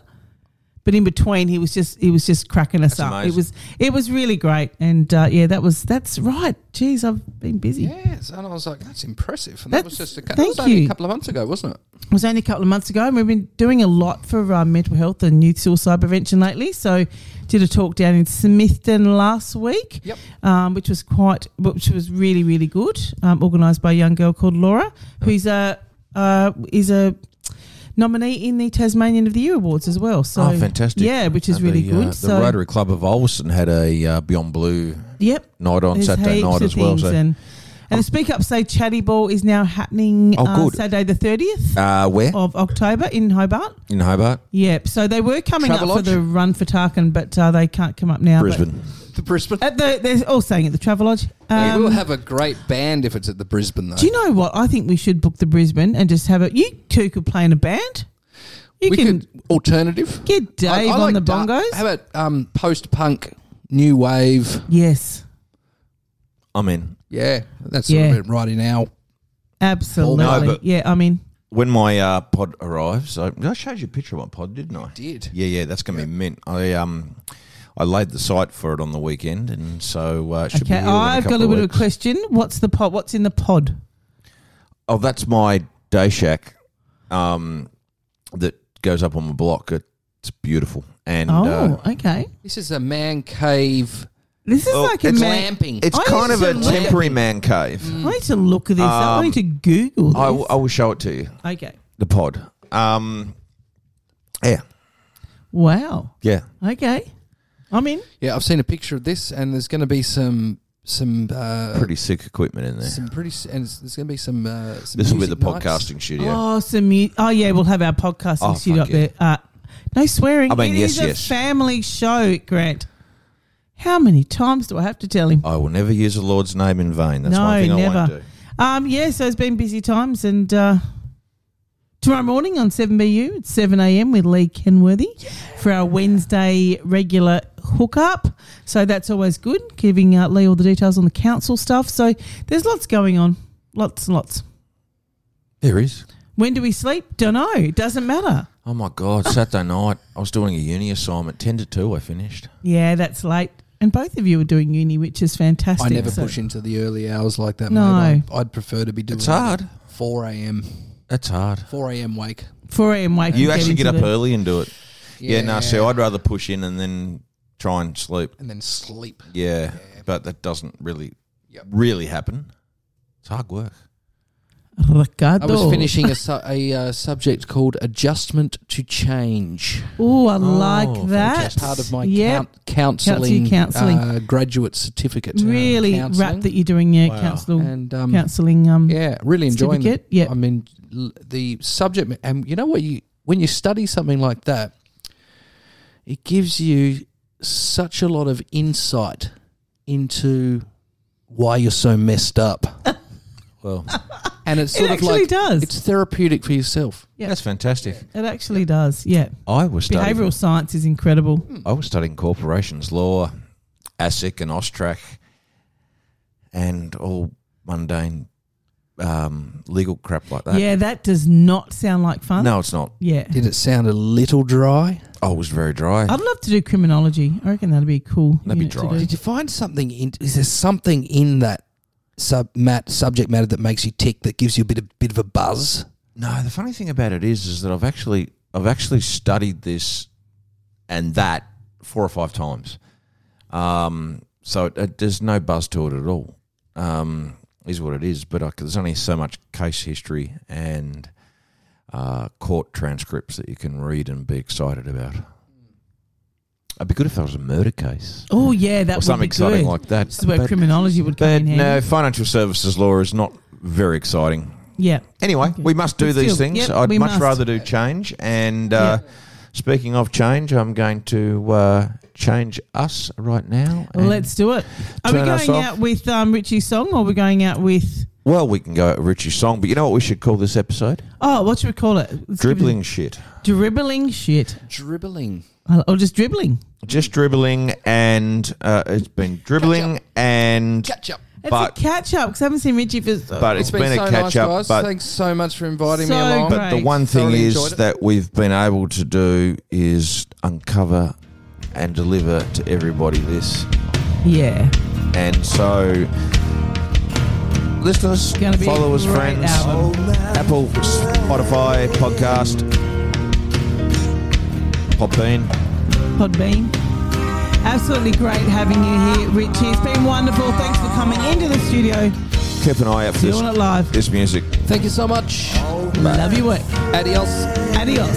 But in between, he was just he was just cracking us up. amazing. It was it was really great, and uh, yeah, that was that's right. Geez, I've been busy. Yes, and I was like, that's impressive. And that was That's- just a, cou- that thank was only you. a couple of months ago, wasn't it? It was only a couple of months ago, and we've been doing a lot for uh, mental health and youth suicide prevention lately. So, did a talk down in Smithton last week, Yep. um, which was quite, which was really, really good. Um, organised by a young girl called Laura, who's a uh, is a nominee in the Tasmanian of the Year awards as well. So, Oh, fantastic. Yeah, which is And really the, good. Uh, the so, Rotary Club of Olsen had a uh, Beyond Blue yep, night on there's Saturday heaps night of as well. things So, and and the Speak Up Say Chatty Ball is now happening Oh, uh, good. Saturday the thirtieth uh, where of October in Hobart. in Hobart, Yep. So they were coming up for Travelodge? the run for Tarkin, but uh, they can't come up now. but- Brisbane? The Brisbane. At the, they're all staying at the Travelodge. we will Um, have a great band if it's at the Brisbane, though. do you know what? I think we should book the Brisbane and just have it. You two could play in a band. You we can could alternative. get Dave on the da- bongos. How about um, post punk, new wave? yes, I'm in. Yeah, that's sort Yeah. of it right in our. absolutely. but- yeah, I mean, When my uh, pod arrives, I, I showed you a picture of my pod, didn't I? did. Yeah, yeah, that's gonna be mint. I um, I laid the site for it on the weekend, and so uh, it should okay. be. here within I've got a couple bit of a weeks. question. What's the pod? What's in the pod? Oh, that's my day shack, um, that goes up on the block. It's beautiful, and uh, Oh, okay. This is a man cave This is oh, like a it's man. glamping. it's I Mm. kind of used a to live- temporary man cave. I need to look at this. I Um, need to Google this. I, w- I will show it to you. okay. The pod. Um, yeah, Wow. yeah. Okay. I'm in. yeah, I've seen a picture of this, and there's going to be some some uh, Pretty sick equipment in there. some pretty s- and it's- there's going to be some. Uh, some This will be the music nights. podcasting studio. Oh, some mu- oh yeah, we'll have our podcasting Oh, studio fuck up there. Uh, no swearing. I mean, It is yes, a yes. family show, Grant. How many times do I have to tell him? I will never use the Lord's name in vain. That's no, one thing never. I won't do. Um, yeah, so it's been busy times, and uh, tomorrow morning on Seven BU at seven AM with Lee Kenworthy for our Wednesday regular hookup. So that's always good. Giving uh, Lee all the details on the council stuff. So there's lots going on, lots and lots. There is. When do we sleep? Don't know. It doesn't matter. Oh my God, Saturday night, I was doing a uni assignment. 10 to 2, I finished. Yeah, that's late. And both of you are doing uni, which is fantastic. I never so- push into the early hours like that. No. mate. I'd, I'd prefer to be doing It's hard. it at 4 a.m. That's hard. 4 a.m. wake. 4 a.m. wake. You and actually into get up the- early and do it. Yeah, no, see, Yeah. I'd rather push in and then try and sleep. and then sleep. Yeah, but that doesn't really, Yep. really happen. It's hard work. Ricardo. I was finishing a, su- a uh, subject called Adjustment to Change. (laughs) Ooh, I like that. That's Oh, part of my Yep. count- counseling, counselling. Uh, graduate certificate. uh, really counselling. wrapped that you're doing your counsel And um, counselling. Um, yeah, really enjoying it. Certificate, yeah. I mean, l- the subject, ma- and you know what? You when you study something like that, it gives you such a lot of insight into why you're so messed up. (laughs) Well, And it's It sort of actually like does. it's therapeutic for yourself. Yeah. That's fantastic. it actually does. Yeah, I was studying, behavioural science is incredible. Hmm. I was studying corporations law, ASIC and OSTRAC, and all mundane um, legal crap like that. yeah, that does not sound like fun. No, it's not. Yeah, Did it sound a little dry? I was very dry. I'd love to do criminology. I reckon that'd be a cool. That'd be unit to dry. do. Did you find something in? Is there something in that sub mat, subject matter that makes you tick? That gives you a bit of bit of a buzz? No, the funny thing about it is, is that I've actually I've actually studied this and that four or five times. Um, so it, it, there's no buzz to it at all. Um, is what it is. But I, c- there's only so much case history and uh, court transcripts that you can read and be excited about. I'd be good if there was a murder case Oh yeah, or that would something be exciting good. like that. This is where But- criminology would come but in handy. no, financial services law is not very exciting. Yeah, Anyway, Okay. we must do But these still, things. yep, I'd we much must. rather do change. And uh, speaking of change, I'm going to uh, change us right now. well, and- let's do it. Are we turn us going off. out with um, Richie's song, or we're going out with well, we can go at Richie's song, but you know what we should call this episode? oh, what should we call it? Let's give it- Dribbling shit. dribbling shit, Dribbling. or just dribbling. Just dribbling, and uh, it's been dribbling, and Catch up. It's But- a catch up because I haven't seen Richie for. but it's been, a so catch nice, up. guys. But Thanks so much for inviting So me along. great. But the one thing Thoroughly is enjoyed it. that we've been able to do is uncover and deliver to everybody this. yeah, And so, listeners, Gonna be a followers, great friends, album. Apple, Spotify, podcast, Podbean. Podbean. Absolutely great having you here, Richie. It's been wonderful. Thanks for coming into the studio, Keep an eye out for doing it this, live. this music. Thank you so much. Love your work. Adios. Adios.